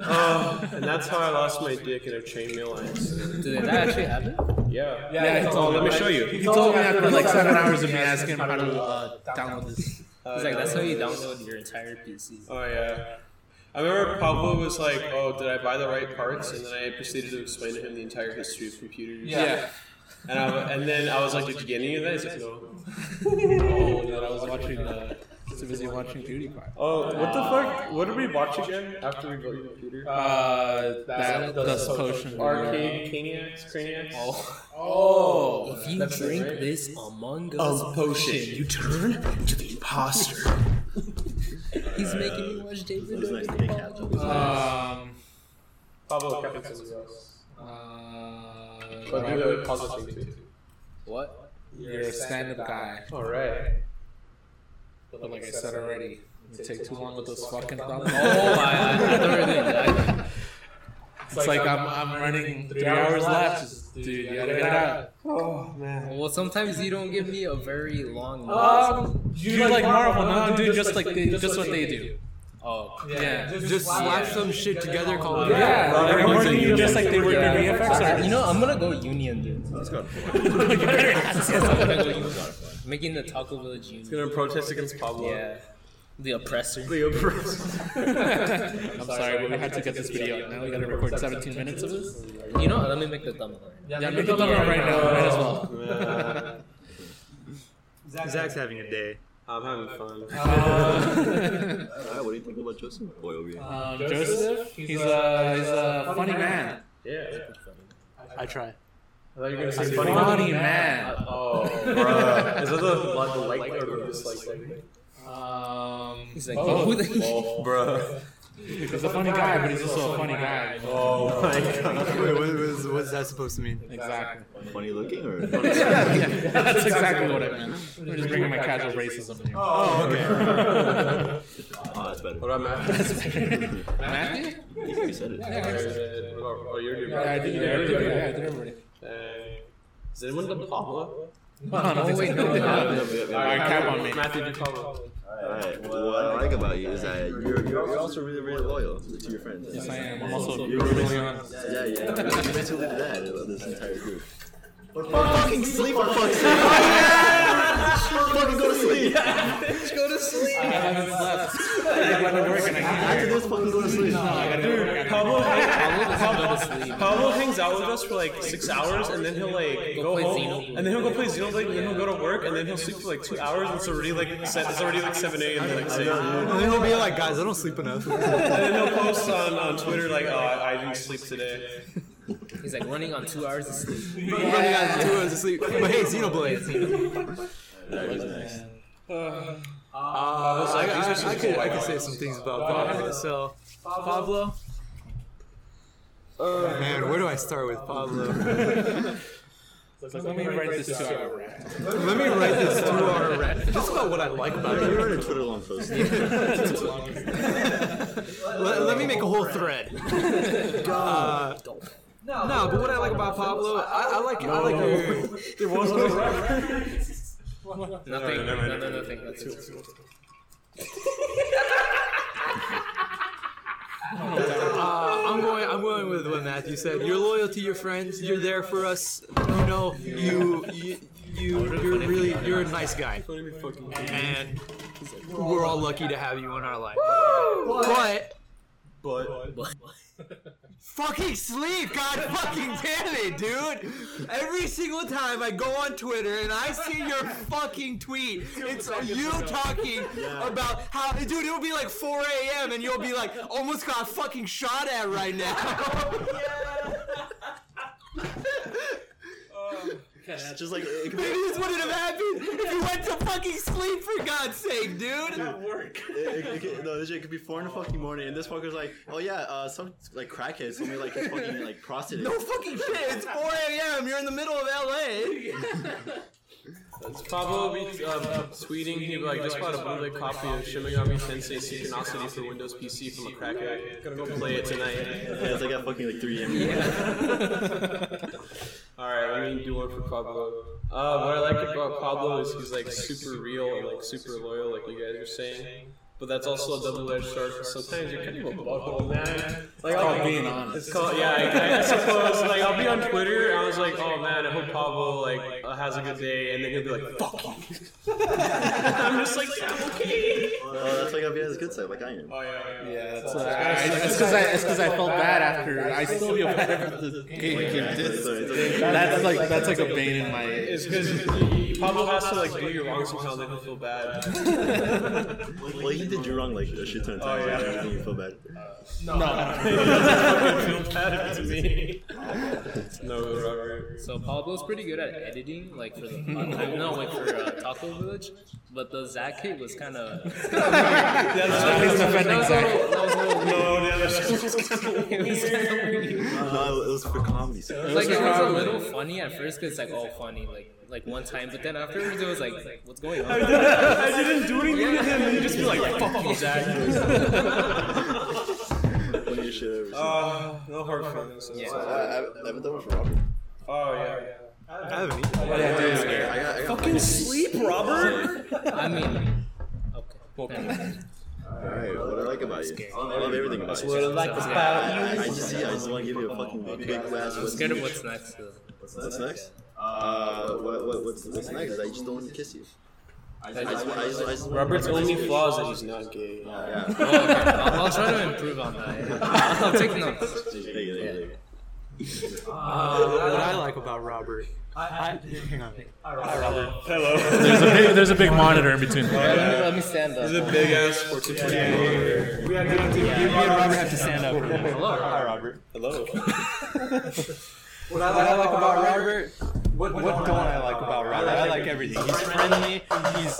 Oh, and that's how I lost my dick in a chainmail accident.
did that actually happen?
Yeah.
Yeah, he
Oh,
told
let
me.
me show
He
you.
told me after like seven hours of me asking him how to uh, download this.
He's like, that's how you download your entire PC.
Oh, yeah. I remember Pablo was like, oh, did I buy the right parts? And then I proceeded to explain to him the entire history of computers.
Yeah.
And, I, and then I was like, did you get any of that? He's like, no.
Oh, that I was watching. Uh, so busy watching Beauty Pie.
Oh, what the fuck? What did we watch again after we got your computer?
Uh, that Dust Potion.
Arcade Caniacs? Craniacs?
Oh.
If you drink this Among Us
Of potion.
you turn into the imposter. He's making me watch David.
It's nice to make catch up.
Um.
Pablo Captain something else.
Uh,
But do the puzzle thing too.
What?
You're a stand up guy.
All right.
But like I said already, you take too long with those fucking thumbs.
Oh my! I, I don't really exactly.
It's like I'm, I'm running three hours left. Just, dude, you gotta get out.
Oh man.
Well, sometimes you don't give me a very long.
Um, you like Marvel? No, dude, just like they, just what they do.
oh,
Yeah.
Just slap some shit together, call it.
Yeah,
Robert
like, I'm
Downey
warning you,
Jr.
just like they were
Yeah.
your VFX
You
artists.
know, I'm gonna go union, dude.
Let's go.
You better ask
Yes, I'm gonna
yourself.
go union. Making the Taco Village union.
Gonna protest against Pablo.
Yeah. The oppressor.
The oppressor.
I'm sorry, but we had to get this video. Now we gotta record 17 minutes of this.
You know, let me make the thumbnail.
Yeah, make it thumbnail right now, right as well.
Yeah.
Zach's having a day.
I'm having fun.
Uh,
Uh, what do you think about Joseph Boy over here?
um, Joseph, he's a he's a funny man.
Yeah.
I try.
I thought you were gonna say
Funny,
funny.
man.
Oh, bruh. Is that the like, the like or the dislike thing?
Um,
He's like,
both.
who the
Bruh.
he's a funny guy, but he's also a funny guy.
Oh my
Wait, what, was, what's that supposed to mean?
Exactly.
Funny looking or?
Yeah, that's exactly what I meant. We're just bringing my casual racism in here.
Oh, okay.
Oh, that's better.
What about Matt?
Matthew?
You said it.
Oh, you're your
Yeah, I did it already. Yeah, I did it already.
Is anyone done Pablo?
No, no, wait, no,
Yeah,
no.
yeah, yeah, yeah.
All right, cap on me.
Matthew, do Pablo.
Alright, well, what I like about you is that you're, you're, you're also really, really loyal to your friends.
Yes, I am. I'm also
You're really,
really on.
yeah, yeah. You mentally did that of this entire group. fucking sleep for fuck's sake! fucking go to sleep!
I haven't slept. I went to work and I can't.
After this, fucking go to sleep.
I gotta go to work. I gotta
Pablo,
Pablo
Pablo,
doesn't go to sleep.
Pablo hangs out with us for like six hours, and then he'll like go
play
home, and
Xenoblade.
then he'll go play Xenoblade, and then he'll go to work, and then he'll sleep for like two hours. And it's already like se- it's already like seven a.m. the next day. And
And then he'll be like, guys, I don't sleep enough.
then he'll post on, on Twitter like, "Oh, I, I didn't sleep today."
He's like running on two hours of sleep.
Running out of two hours of sleep. But hey, Xenoblade. Uh, I, I, I, could, I could say some things about Pablo. So, Pablo. Uh, Man, where do I start with Pablo?
go. Let me write this to our rap.
Let me write this through our rant. Just about what I like about
You
you.
were in a Twitter long post.
Let, let me make a whole thread. Uh, no, but what I like about Pablo, I, I like I like your. There was no
Nothing. No, no, no, nothing. That's it.
Uh, I'm going. I'm going with what Matthew said. You're loyal to your friends. You're there for us. You know, you you, you you're really you're a nice guy, and we're all lucky to have you in our life. But
But
fucking sleep, God fucking damn it, dude! Every single time I go on Twitter and I see your fucking tweet, it's you talking about how, dude. It'll be like 4 a.m. and you'll be like, almost got fucking shot at right now.
It's just like, it,
Maybe
it,
this wouldn't have happened if you went to fucking sleep for God's sake, dude.
it, it, could- no, this shit could be four in the fucking morning, and this fucker's like, oh yeah, uh, some like crackhead told me like he's fucking like prostitute.
No fucking shit. It's 4 a.m. You're in the middle of LA.
Pablo be um, tweeting, he like just bought a bootleg copy of Shimigami Tensei Synchronicity for Windows PC from a crackhead. Gonna go play it tonight.
Yeah, it's like at fucking like 3 a.m.
All right, let me do one for Pablo. Uh, what I like about Pablo is he's like super real and like super loyal, like you guys are saying. But that's also a double-edged sword. 'cause Sometimes you're kind of a butthole, man. Like I'll
being honest.
It's called yeah. I, I suppose like I'll be on Twitter. and I was like, oh man, I hope Pablo like uh, has a good day, and then he'll be like, fuck you. I'm just like okay.
Uh, that's like I'll be on his good side, like I am.
Oh yeah. yeah.
Yeah, that's because I it's because I felt bad after. I still feel bad after the game
Yeah, so it's,
did.
it's like,
That's like that's like a bane in my.
It's because Pablo has to like do you wrong somehow, then he'll feel bad.
well, he did you wrong like a shit ton of times.
yeah.
yeah. You feel bad.
No,
He doesn't fucking feel bad if it's me. No, Robert.
So Pablo's pretty good at editing, like for the uh, no, like for uh, Taco Village, but the Zach hit was kind of.
He's defending Zach.
It was kinda-
No, it was for comedy. So.
like it was a little funny at first because like all funny like like one time, but then afterwards it was like, what's going on?
I didn't do anything to him, and you just be like, fuck you, Zach. Uh,
Funniest shit I've ever seen.
Oh.
Uh, no hard feelings.
I, I, I haven't done it for Robert.
Oh yeah.
I haven't
Oh,
either.
Yeah, dude.
I got, I got
Fucking sleep, Robert.
I mean, okay.
Alright, what I like about you. I love everything about you.
like
I, I just, yeah, I just want to give you a fucking big glass.
I'm scared of what's next. though.
What's next? Uh, what, what, what's, what's next? I just don't want to kiss you. I just, I just, I just, I just
Robert's only flaw is that he's not gay.
Yeah.
Oh, okay. I'll, I'll try to improve on that. I'll take notes.
There you go, there you go.
Uh,
what I like about Robert. hang on.
Hello.
There's a big, there's a big monitor in between.
Let me, let me stand up.
The big ass 1420.
Robert have to stand up.
Hello.
Hello.
What I like about Robert. What, what don't I like about Robert? I like everything. He's friendly. He's.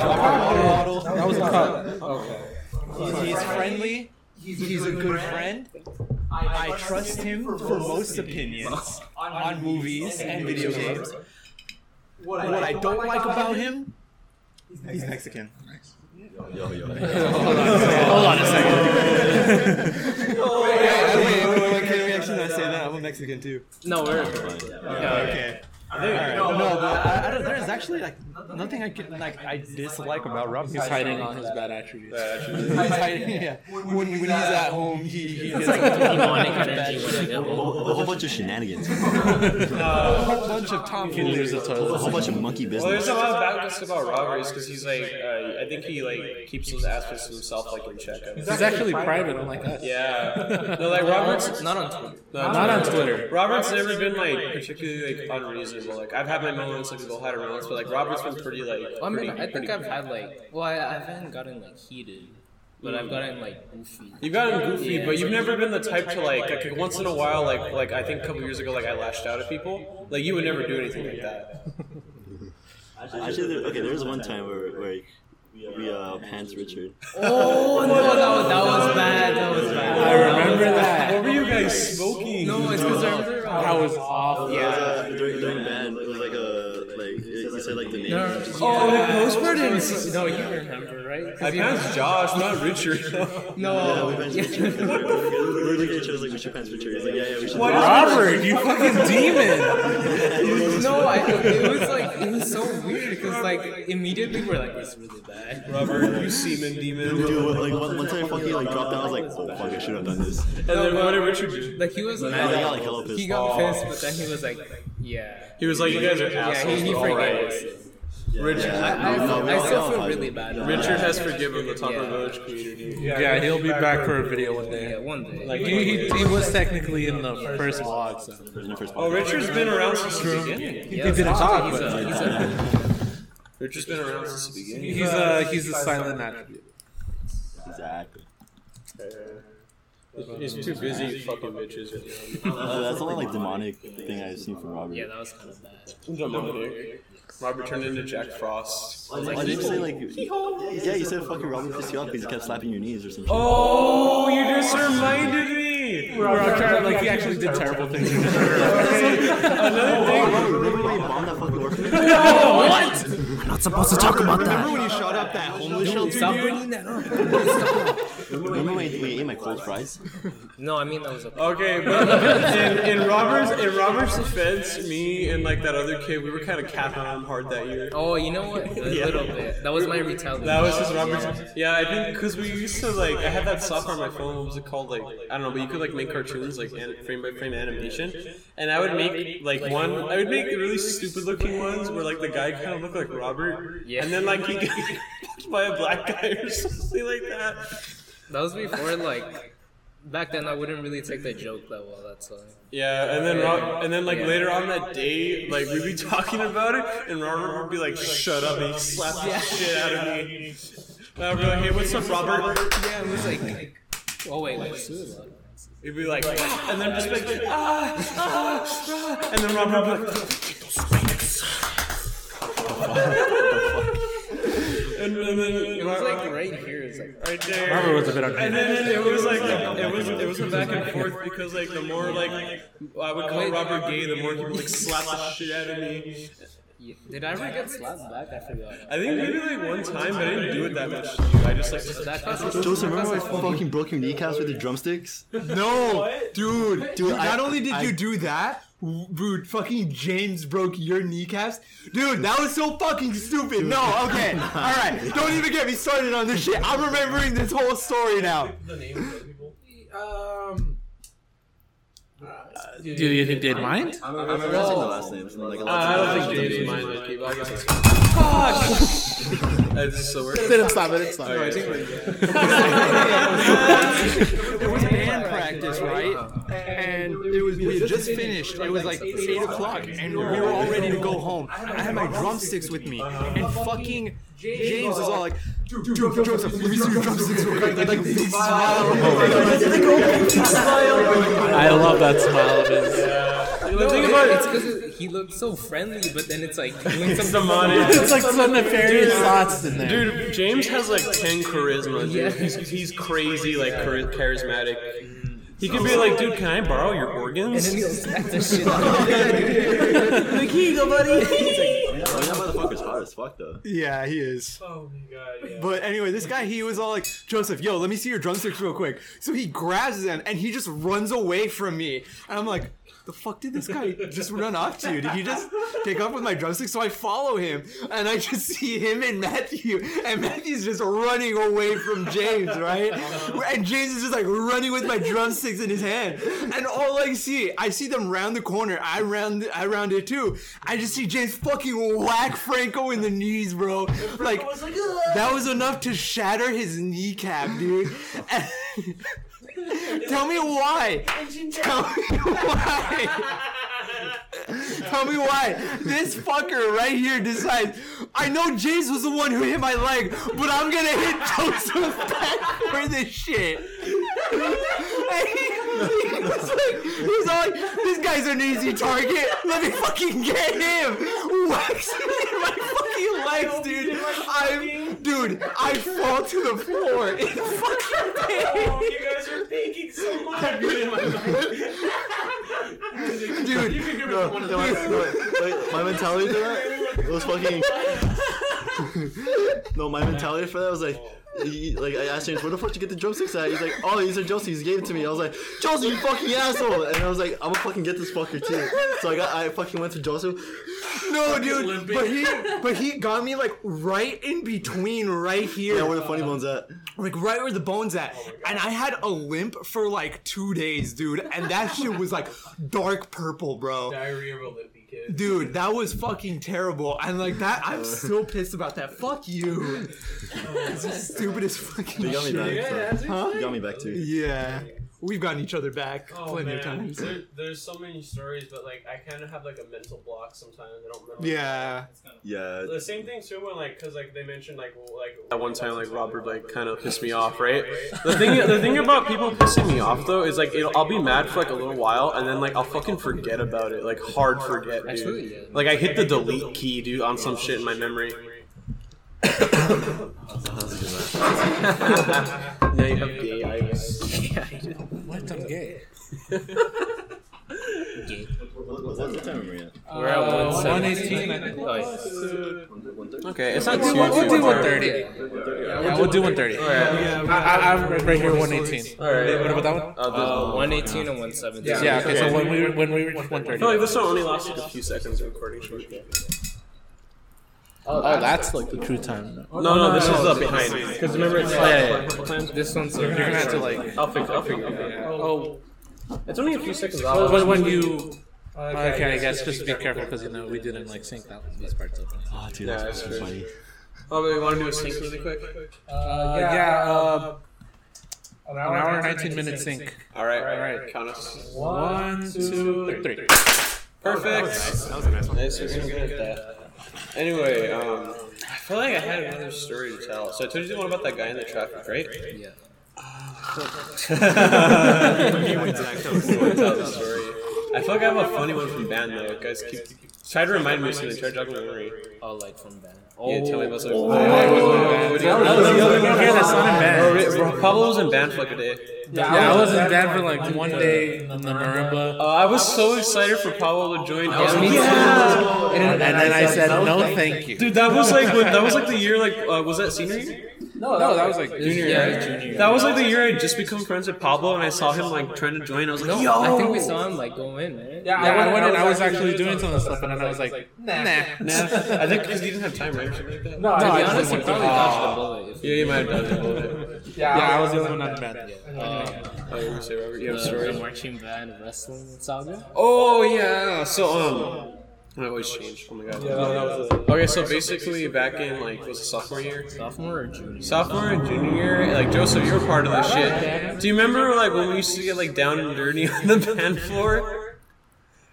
That was a cup.
He's, he's friendly. He's, a good friend. I, trust him for most opinions on movies and video games. What I, don't like about him, he's Mexican.
Yo, yo.
Hold on a
Wait,
second.
wait, wait, wait, wait, can we actually not say that? I'm a Mexican too.
No, we're.
Okay. No, no, but I, I don't, there's actually like nothing I can like I dislike about Rob.
He's hiding all his bad attributes.
He's hiding, yeah. When, when he's at home, he, he gets like
Demonic energy. when I get
A
home.
whole, a whole bunch of shenanigans. A
a whole bunch of tomfoolery.
There's a
whole
toilet.
bunch of monkey
Well, there's
business.
a lot of bad jokes about Robert because he's like, uh, I think he like keeps those aspects to himself, like in check. I mean.
He's actually private, unlike us.
Yeah. No, like Robert's
Not on Twitter.
no,
Not on Twitter.
Robert's never been like particularly like unreasonable. Like I've had my moments, like people had our moments, but like Robert's been pretty like.
Well, I mean,
pretty-
I think
pretty-
I've had like, well, I, I haven't gotten like heated, but I've gotten like goofy.
You've gotten goofy,
Yeah.
but you've never been the type to like, like, once in a while, like like I think a couple years ago, like I lashed out at people. Like you would never do anything like that.
Actually, there, okay, there was one time where, where we uh, pants Richard.
Oh no, that was, that was bad. That was bad.
I remember that.
were you guys smoking?
No, it's because I remember.
That was awful.
It was, uh, during, during band, it was like a like you said like the name.
No,
Just-
oh, the postcard is. No, you remember, right?
I passed Josh, not Richard.
Yeah, we pants Richard. we were looking at each other like we should pants Richard. He's like, yeah, yeah, we should.
What?
Robert, you fucking demon!
No, I, it was like it was so weird because like immediately we're like it's really bad.
Robert, you semen demon.
Dude, like one, one time, fucking like dropped down. I was like, oh fuck, I should have done this.
And then what did Richard do?
Like he was
I got
mad.
like hella pissed.
He got pissed, but then he was like, yeah,
He was like, you guys are
yeah.
assholes.
He, he
but all right.
forgave us.
Richard,
I, I,
No, we all- we
I
all
still feel
fight.
really bad. about
Richard
that.
has forgiven the Taco
Yeah.
Village community.
Yeah, he'll be back for a video one
Yeah,
day.
one day.
Like,
He, he, he was technically in the first vlog, so.
In the first
oh,
podcast.
Richard's been around since the beginning.
yeah,
he didn't talk,
He's uh, a,
but-
he's a,
Richard's been around since the beginning.
He's a he's a silent attribute.
Exactly.
He's too busy fucking bitches.
Uh, that's the only like demonic thing I've seen from Robert.
yeah, that was kind of bad.
Demonic. Robert turned into Jack Frost.
Why did you say like? Yeah, you said fucking Robert pissed you off because he kept slapping your knees or something.
Oh, you just reminded me.
We're on track, like he actually did terrible things.
Another thing.
remember when you bombed that fucking orphanage?
supposed to talk about that. Remember when you shot up that homeless shelter?
Stop bringing that up.
Remember when you ate my cold fries?
No, I mean that was okay.
Oh.
Okay, but in, in Robert's in Robert's defense, me and like that other kid, we were kind of capping on him hard that year.
Oh, you know what? A little bit. That was my retaliation.
That was his Robert's. Yeah, I think because we used to like I had that software on my phone. What was it called? Like I don't know, but you could like make cartoons like an, frame by frame animation. And I would make like one. I would make really stupid looking ones where like the guy kind of looked like Robert,
Yeah.
and then like he got punched by a black guy or something like that.
That was before like. Back then, I wouldn't really take the joke that well. That's why.
Yeah, and then Rob, and then like
Yeah.
later on that day, like we'd be talking about it, and Robert would be like, "Shut up!" and he slapped the shit out of me. And I'd be like, "Hey, what's up, Robert?"
Yeah, it was like. oh wait, what's this?
He'd be like, "Ah," and then just be like, ah, ah, ah, And then Robert would be like, and, and then it
was like right here. It's like
right there.
Robert was a bit
And
unhappy.
then it was like it was it was a back and forth because like the more like I would call Robert gay, the more he would like slap the shit out of me.
yeah. Did I ever get slapped back? I forgot.
I think maybe like one time, but I didn't do it that much. to you. I just like
That class was
Joseph, remember I fucking broke your kneecaps with the drumsticks?
No, dude, dude.
I-
Not only did
I-
you do that, w- dude. Fucking James broke your kneecaps, dude. That was so fucking stupid. No, okay, all right. Don't even get me started on this shit. I'm remembering this whole story now.
Um,
Do you think they'd mind?
I'm pronouncing the last names. Like, a lot
Uh, I
of
don't think
names.
James mine Ah, was people. I guess it's fuck. That's so weird.
Let him stop. Let him stop.
It was band practice, right? And it was we had just finished. It was like eight o'clock, and we were all ready to go home. And I had my drumsticks with me, and fucking James was all like, "Dude, dude, Joseph, let me see your drumsticks." real quick." Like, like,
Oh
"Oh,
I love that smile of his.
think about it. It's because he looked so friendly, but then it's like doing some
Demonic.
It's like some nefarious thoughts in there.
Dude, James has like 10 charisma. Dude. He's, he's crazy, like chari- charismatic. He could be like, dude, can I borrow your organs?
He'll smack the shit out of
I mean, that motherfucker's hot as fuck, though.
Yeah, he is.
Oh my god, yeah.
But anyway, this guy, he was all like, Joseph, yo, let me see your drumsticks real quick. So he grabs them and he just runs away from me. And I'm like, the fuck did this guy just run off to? Did he just take off with my drumsticks? So I follow him and I just see him and Matthew. And Matthew's just running away from James, right? And James is just like running with my drumsticks in his hand. And all I see, I see them round the corner. I round I round it too. I just see James fucking whack Franco in the knees, bro. Like that was enough to shatter his kneecap, dude. And- Tell me why. Tell me why. Tell me why. This fucker right here decides. I know James was the one who hit my leg, but I'm gonna hit Joseph back for this shit. And he, he was like, he was all like, this guy's an easy target. Let me fucking get him. Whacks me in my fucking legs, dude. I'm, dude, I fall to the floor in fucking pain.
You guys are thinking so much.
Dude,
No, no, no, wait, my mentality for that was fucking. no, my mentality for that was like. he- like I asked James, where the fuck did you get the drumsticks at? He's like, oh, these are Josie's. He gave it to me. I was like, Josie, you fucking asshole! And I was like, I'm gonna fucking get this fucker too. So I got, I fucking went to Joseph.
no, dude. But he, but he got me like right in between, right here.
Yeah, where the funny bones at?
like right where the bones at and i had a limp for like two days dude and that shit was like dark purple bro
Diarrhea of a limpy kid.
dude that was fucking terrible and like that i'm still pissed about that fuck you This is stupidest fucking
They got me
shit
back. So.
Huh?
They got me back too.
yeah we've gotten each other back
Oh,
plenty
man.
of times
There, there's so many stories, but like I kind of have like a mental block sometimes. I don't remember.
yeah
Yeah.
The same thing too when like because like they mentioned like well, like at one time like Robert like kind of pissed me off, right? The thing the thing about people pissing me off though is like it'll, I'll be mad for like a little while and then like I'll fucking forget about it, like hard forget, dude.
Absolutely, yeah.
Like I hit the delete key, dude, on some shit in my memory. now you have gay eyes.
What? I'm gay.
What, what, what time are we at?
We're at
Uh,
117.
118, I think.
Okay, it's not too.
We'll, we'll do
too far.
130. Yeah, we'll do 130. I, I, I'm right here, 118.
All right.
What about that one?
Uh, the-
Uh, 118 and 117.
Yeah. Okay. So when we when we reach 130.
I feel like this one only lasted a few seconds of recording.
Oh, that's like the true time.
No, Oh, no, this is up behind. Because remember, it's
Yeah,
like
This one's
You're gonna have to like.
I'll figure. I'll figure.
Oh,
It's only a few seconds
but
oh.
off.
when, when you. Okay, I guess just be careful because you know we didn't like sync that these parts up.
Oh, dude, that's
Yeah,
fucking
that's
funny.
Oh, but we want to do a sync really quick.
Uh, yeah, uh, an
um,
hour and 19 minutes sync.
All right, all
right.
right. Count us.
One, two, three.
Perfect. That was a nice one. Nice. We're gonna get that. Anyway, um, I feel like I had another story to tell. So I told you the one about that guy in the traffic, right?
Yeah.
Ah, fuck. Tell the story. I feel like I have a funny one from band though. Guys, keep, keep, try to remind me soon. Try to jog my memory.
Oh, like from Ben.
Yeah, tell me about something.
That was the only one here that's Oh. not in
Oh,
band.
Ra- Pablo was in band for like a day.
Yeah, I was in band for like one day in the marimba.
Uh, I was so excited for Pablo to join. I was like,
Oh, Yeah. And then I said, no, thank you.
Dude, that was like when, that was like the year like uh, was that senior year?
No, Oh, that was like junior.
Yeah,
right?
junior.
That was like the year I just become friends with Pablo and I saw him like trying to join. I was like, yo,
I think we saw him like go in, right?
Yeah, I went, and I was actually doing some of the stuff, and then I was like, nah.
nah. I think because he didn't have time right or something like that.
No,
To
I
be
just
honest, he
went
probably
to-
dodged a bullet. If
Yeah, you might have done it.
Yeah, I was the only one not in band.
Oh, you were saying, Robert, you have a
the, the
story?
marching band wrestling saga.
Oh yeah. So um, my voice changed. Oh my god. Okay, so basically back in like was it sophomore year?
Sophomore or junior?
Sophomore and junior year, like Joseph, you were part of this shit. Do you remember like when we used to get like down and dirty on the band floor?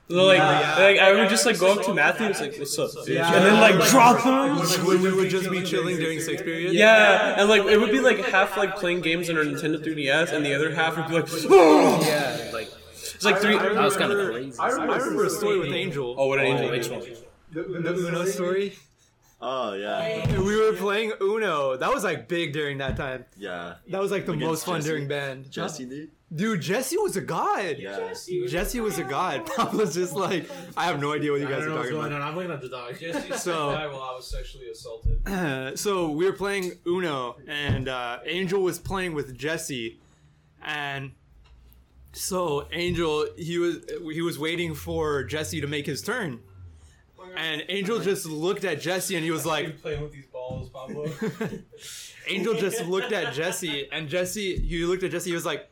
So, like, like I would just like go up to Matthew and it's like, "What's up, bitch?" and then like drop him.
When we would just be chilling during sixth period.
Yeah, and like it would be like half like playing games on our Nintendo 3DS, and the other half would be like, "Oh!"
Yeah, like
it's like three.
that was kind of crazy.
I remember a story with Angel.
Oh, what an angel!
Which one?
The Uno story.
Oh yeah,
We were playing Uno. That was like big during that time.
yeah.
That was like the
Against
most fun
Jesse.
during band.
Jesse, dude.
Dude, Jesse was a god.
Yeah.
Jesse was a god. Pablo's just like, I have no idea what you guys are talking about.
on. I'm looking at the dog.
So-
I was sexually assaulted.
Uh, so we were playing Uno, and uh, Angel was playing with Jesse, and so Angel he was he was waiting for Jesse to make his turn, and Angel just looked at Jesse and he was like,
playing with these balls, Pablo.
Angel just looked at Jesse, and Jesse he looked at Jesse he was like,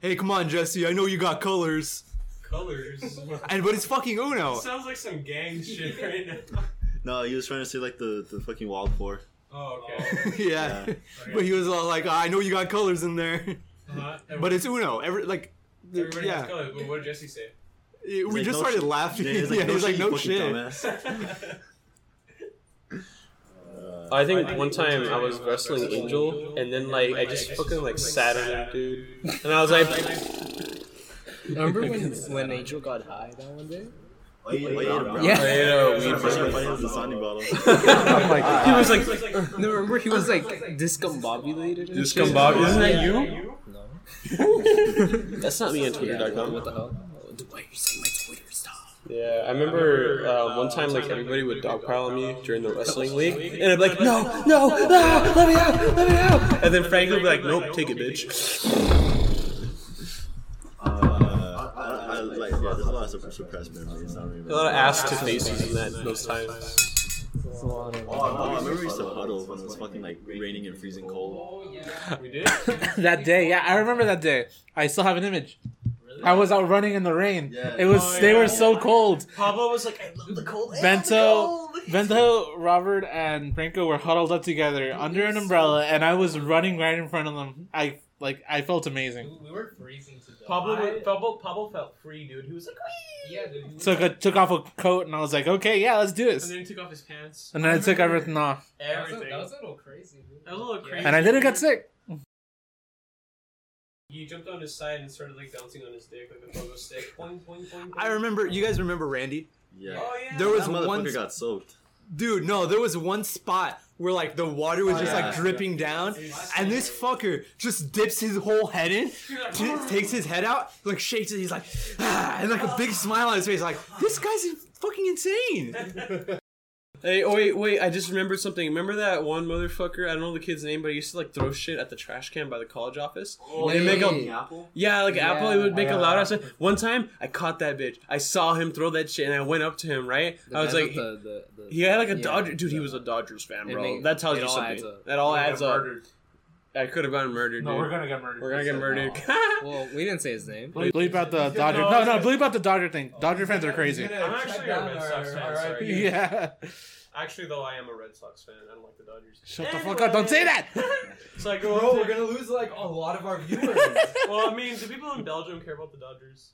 Hey, come on, Jesse, I know you got colors,
Colors.
and but it's fucking Uno.
Sounds like some gang shit right now.
No, he was trying to say like the the fucking wild floor.
Oh, okay.
yeah, but he was all like, I know you got colors in there,
Uh-huh.
but it's Uno. Every like.
Everybody
yeah.
has colors, but what did Jesse say?
It- we
like,
just
"No
started
shit."
laughing.
Yeah,
Yeah,
he was like, no, shit,
no
you fucking
shit.
Uh,
dumbass.
I think one time I was wrestling Angel, and then like I just fucking like sat on him, dude, and I was like,
Remember when when Angel got high that one day?
Why you- why you had a brown-
Yeah.
I ate a
Why you
weed
had
for
a fight with the Sunny bottle.
He was like,
No, remember he was like discombobulated. and shit?
Discombobulated. Oh, Isn't that you?
No.
That's not me on Twitter.com.
What the hell? Why are you saying my Twitter stuff?
Yeah, I remember uh, one time like everybody would dogpile on me during the wrestling league, and I'd be like, no, no, no, let me out, let me out, and then Frank would be like, nope, take it, bitch.
Uh, I, I, I, like, yeah, there's a lot of sup- suppressed memories. I don't remember.
A lot of ass to faces in that those times.
Oh, I remember we used to huddle when it was fucking like raining and freezing cold.
that day. Yeah, I remember that day. I still have an image. I was out running in the rain.
Yeah.
It was
Oh,
they
yeah.
were so cold.
Pablo was like, I love the cold air.
Bento, Bento, Robert, and Franco were huddled up together under an umbrella, and I was running right in front of them. I like I felt amazing.
We were freezing to death.
Pablo, Pablo, Pablo felt free, dude. He was like,
Yeah, dude.
Took a, took off a coat, and I was like, okay, yeah, let's do
and
this.
then he took off his pants.
And then I took everything off,
Everything.
That was a little crazy, dude.
That was a little crazy.
and I didn't get sick.
He jumped on his side and started like bouncing on his dick like a pogo stick. Boing, boing, boing, boing.
I remember. You guys remember Randy?
Yeah.
Oh yeah.
There
That
was
motherfucker
one
got soaked.
dude. No, there was one spot where like the water was just like
Oh, yeah.
dripping down, and this fucker just dips his whole head in, t- takes his head out, like shakes it. He's like, ah, and like a big smile on his face. Like this guy's in- fucking insane.
Hey, oh wait, wait, I just remembered something. Remember that one motherfucker? I don't know the kid's name, but he used to like throw shit at the trash can by the college office. and it'd make a Yeah, like Apple, it would make a loud ass. sound. One time, I caught that bitch. I saw him throw that shit, and I went up to him. Right, I was like,
the, the, the,
he had like a
Yeah,
Dodger dude. He
the-
was a Dodgers fan,
It
bro.
make-
that tells
it
you
all
something.
adds up.
That all
We're gonna
adds
get
up.
murdered.
I could have gotten murdered.
No,
dude.
we're gonna get murdered.
We're gonna get murdered.
well, we didn't say his name.
Bleep out the Dodger. No, no, bleep out the Dodger thing. Dodger fans are crazy.
I'm actually a Red Sox fan. Sorry.
Yeah.
Actually, though, I am a Red Sox fan. I don't like the Dodgers.
Shut the fuck up. Don't say that.
So I go up to-
gonna lose like a lot of our viewers.
Well, I mean, do people in Belgium care about the Dodgers?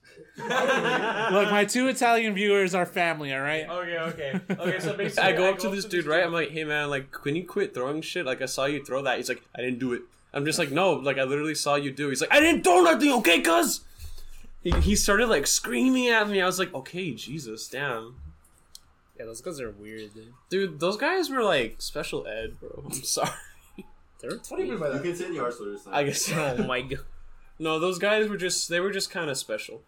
Look, my two Italian viewers are family, all right?
Okay, okay, okay. So basically,
I go up to this dude, right? I'm like, hey man, like, can you quit throwing shit? Like, I saw you throw that. He's like, I didn't do it. I'm just like, no, like, I literally saw you do. He's like, I didn't throw nothing, okay, cuz? He, he started like screaming at me. I was like, okay, Jesus, damn.
Yeah, those guys are weird, dude.
Dude, those guys were like special ed, bro. I'm sorry.
They're
What do you mean by that? You can say the R slurs.
I guess.
Oh my god.
No, those guys were just, they were just kind of special.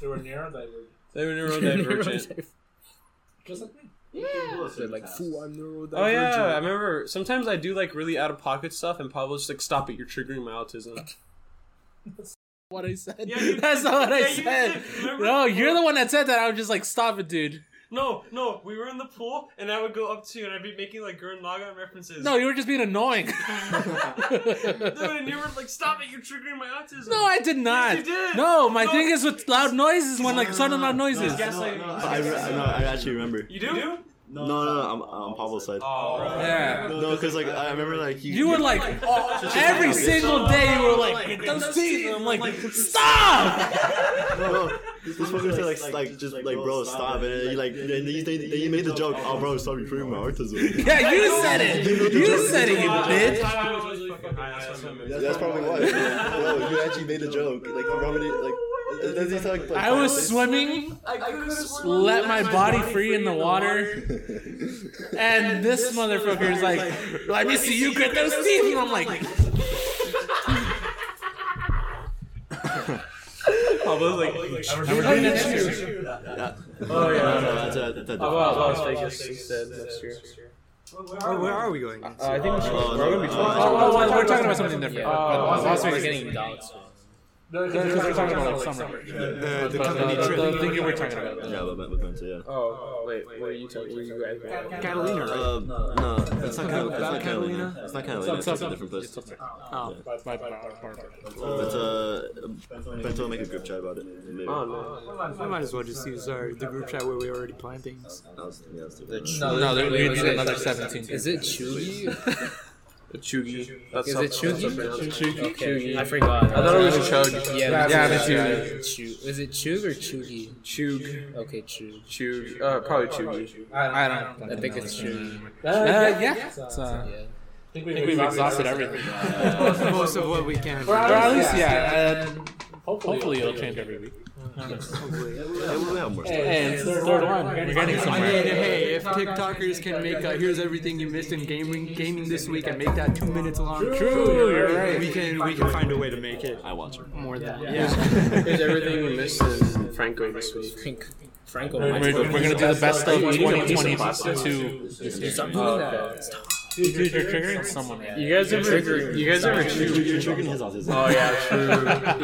They were neurodivergent.
They were neurodivergent.
Just like me.
Yeah.
They're like, fool, I'm neurodivergent.
oh, yeah. I remember sometimes I do like really out of pocket stuff, and Pablo's just like, stop it, you're triggering my autism.
What I said.
Yeah, you-
That's not what I
yeah, you
said.
did. Remember?
No, you're the one that said that. I was just like, stop it, dude.
No, no, we were in the pool, and I would go up to you, and I'd be making like Gurren Lagann references.
No, you were just being annoying.
Dude, and you were like, stop it, you're triggering my autism.
No, I did not.
you did.
No, my
No.
thing is with loud noises when like sudden loud noises.
He's gaslighting.
No,
He's
I, re-
gaslighting.
no, I actually remember.
You do? You do?
No, no, no, I'm, I'm Pablo's side.
Oh, bro.
Yeah.
No, because like I remember like you.
You were like every single day you were like get those teeth and I'm like stop
No, this fucker said like, like just like bro stop and then you like and then you, they, they, you made the joke oh bro stop you're proving my autism.
Yeah you said it You said it you
Uh, I
bitch
thought I was really fucking high, that's why I'm amazed.
That's probably why. Bro, you actually made a joke like you probably like. it- it doesn't sound like- like-
I was swimming
I could have sworn
let my body free in the water and this motherfucker is like let me see you get those teeth and I'm like
Pablo's like, oh,
Oh yeah, no, no, that's a, that's a
Oh, wow, Las Vegas instead next year.
Oh, where are we going? next?
Uh,
Uh,
I think we should.
Oh,
We're gonna be
no.
talking.
oh,
about-
oh, we're talking about something
Yeah,
different Oh,
Las
Las
Vegas.
Vegas. We're getting dogs.
No, 'cause we're talking about like summer
The, the
But,
company
uh,
trip.
the- the thing you were talking about
Yeah, but but- but yeah.
Oh, wait, what are you talking? Were you guys?
Catalina, right?
Um, no, that's not Catalina. That's
About
not Catalina. It's not Catalina. It's
Some-
a different place.
Oh.
My bar- bar- bar.
But uh, Bento will make a group chat about it. Maybe.
Oh no.
We might as well just use our the group chat where we already plan things.
That was, yeah, that's
No, there- we
wait,
need
wait,
another
wait.
17.
Is it Chugi?
Chugi. That's
Is
up-
it Chugi?
that's up- Chugi.
Okay, I forgot. I
thought it was
Chug. Yeah,
Yeah,
that's
me too.
Chug. Is it Chug or Chugi?
Chug.
Okay, Chug.
Chug. Uh, probably Chugi.
I don't
I think it's Chugi.
Uh, yeah. It's, uh,
Yeah.
think we,
I think we've exhausted everything.
Most of- most of what we can.
Or at least, yeah. and hopefully, it'll change every week.
Yeah, we have more stuff.
Hey, it's the third one. We're getting
I mean,
somewhere.
hey, if TikTokers can make a, here's everything you missed in gaming gaming this week and make that two minutes long,
True, you're right.
We can we can find a way to make it
I watch her.
more than that.
Here's everything we missed in Franco this week.
Frank- Franco.
We're,
might-
we're gonna do the best of 2022.
Stop doing that. Stop.
Dude, dude, you're triggering someone.
You guys ever? You guys ever chew?
You're triggering his autism.
Oh yeah, true.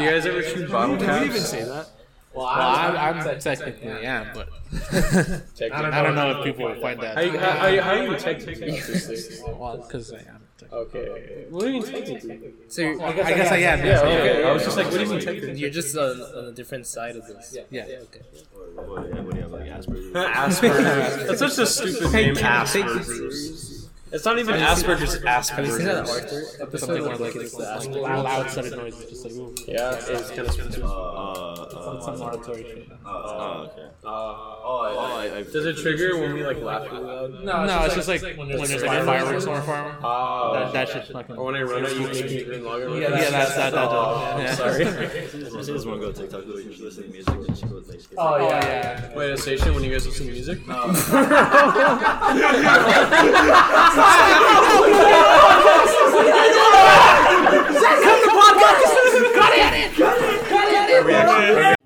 You guys ever chew bottle
Do we even
caps?
say that?
Well, I'm, I'm technically yeah, but I don't know if people will find that.
How you how, how, you- how you technically?
Because I am.
Okay. What do you mean technically?
So you're,
I guess I am.
Yeah. Okay. I was just like, what do you mean technically?
you're just on, on a different side of this.
Yeah.
Okay.
What do you have, what do you have, like Asperger's?
Asperger's. That's such a stupid name, Asperger's. It's not even Asperger's, it's
Have you seen that
Asperger's.
Arthur episode?
Something more like
Where, like,
it's
it's
like
the
loud, loud sudden noises, just like ooh,
Yeah, it's kind of
Uh, uh,
some auditory shit.
uh, uh, okay. Oh, I, I, I,
Does it trigger when we like laugh really loud?
No, it's, just like, when there's, like fireworks on a farm.
Oh.
That, that shit's fucking.
Or when I run out, you make me green logger.
Yeah, that's that. that
Oh,
yeah.
sorry.
I just want to go to TikTok. Like, she's listening to music and she goes like,
Oh yeah.
Wait, a station when you guys listen to music? No.
reaction.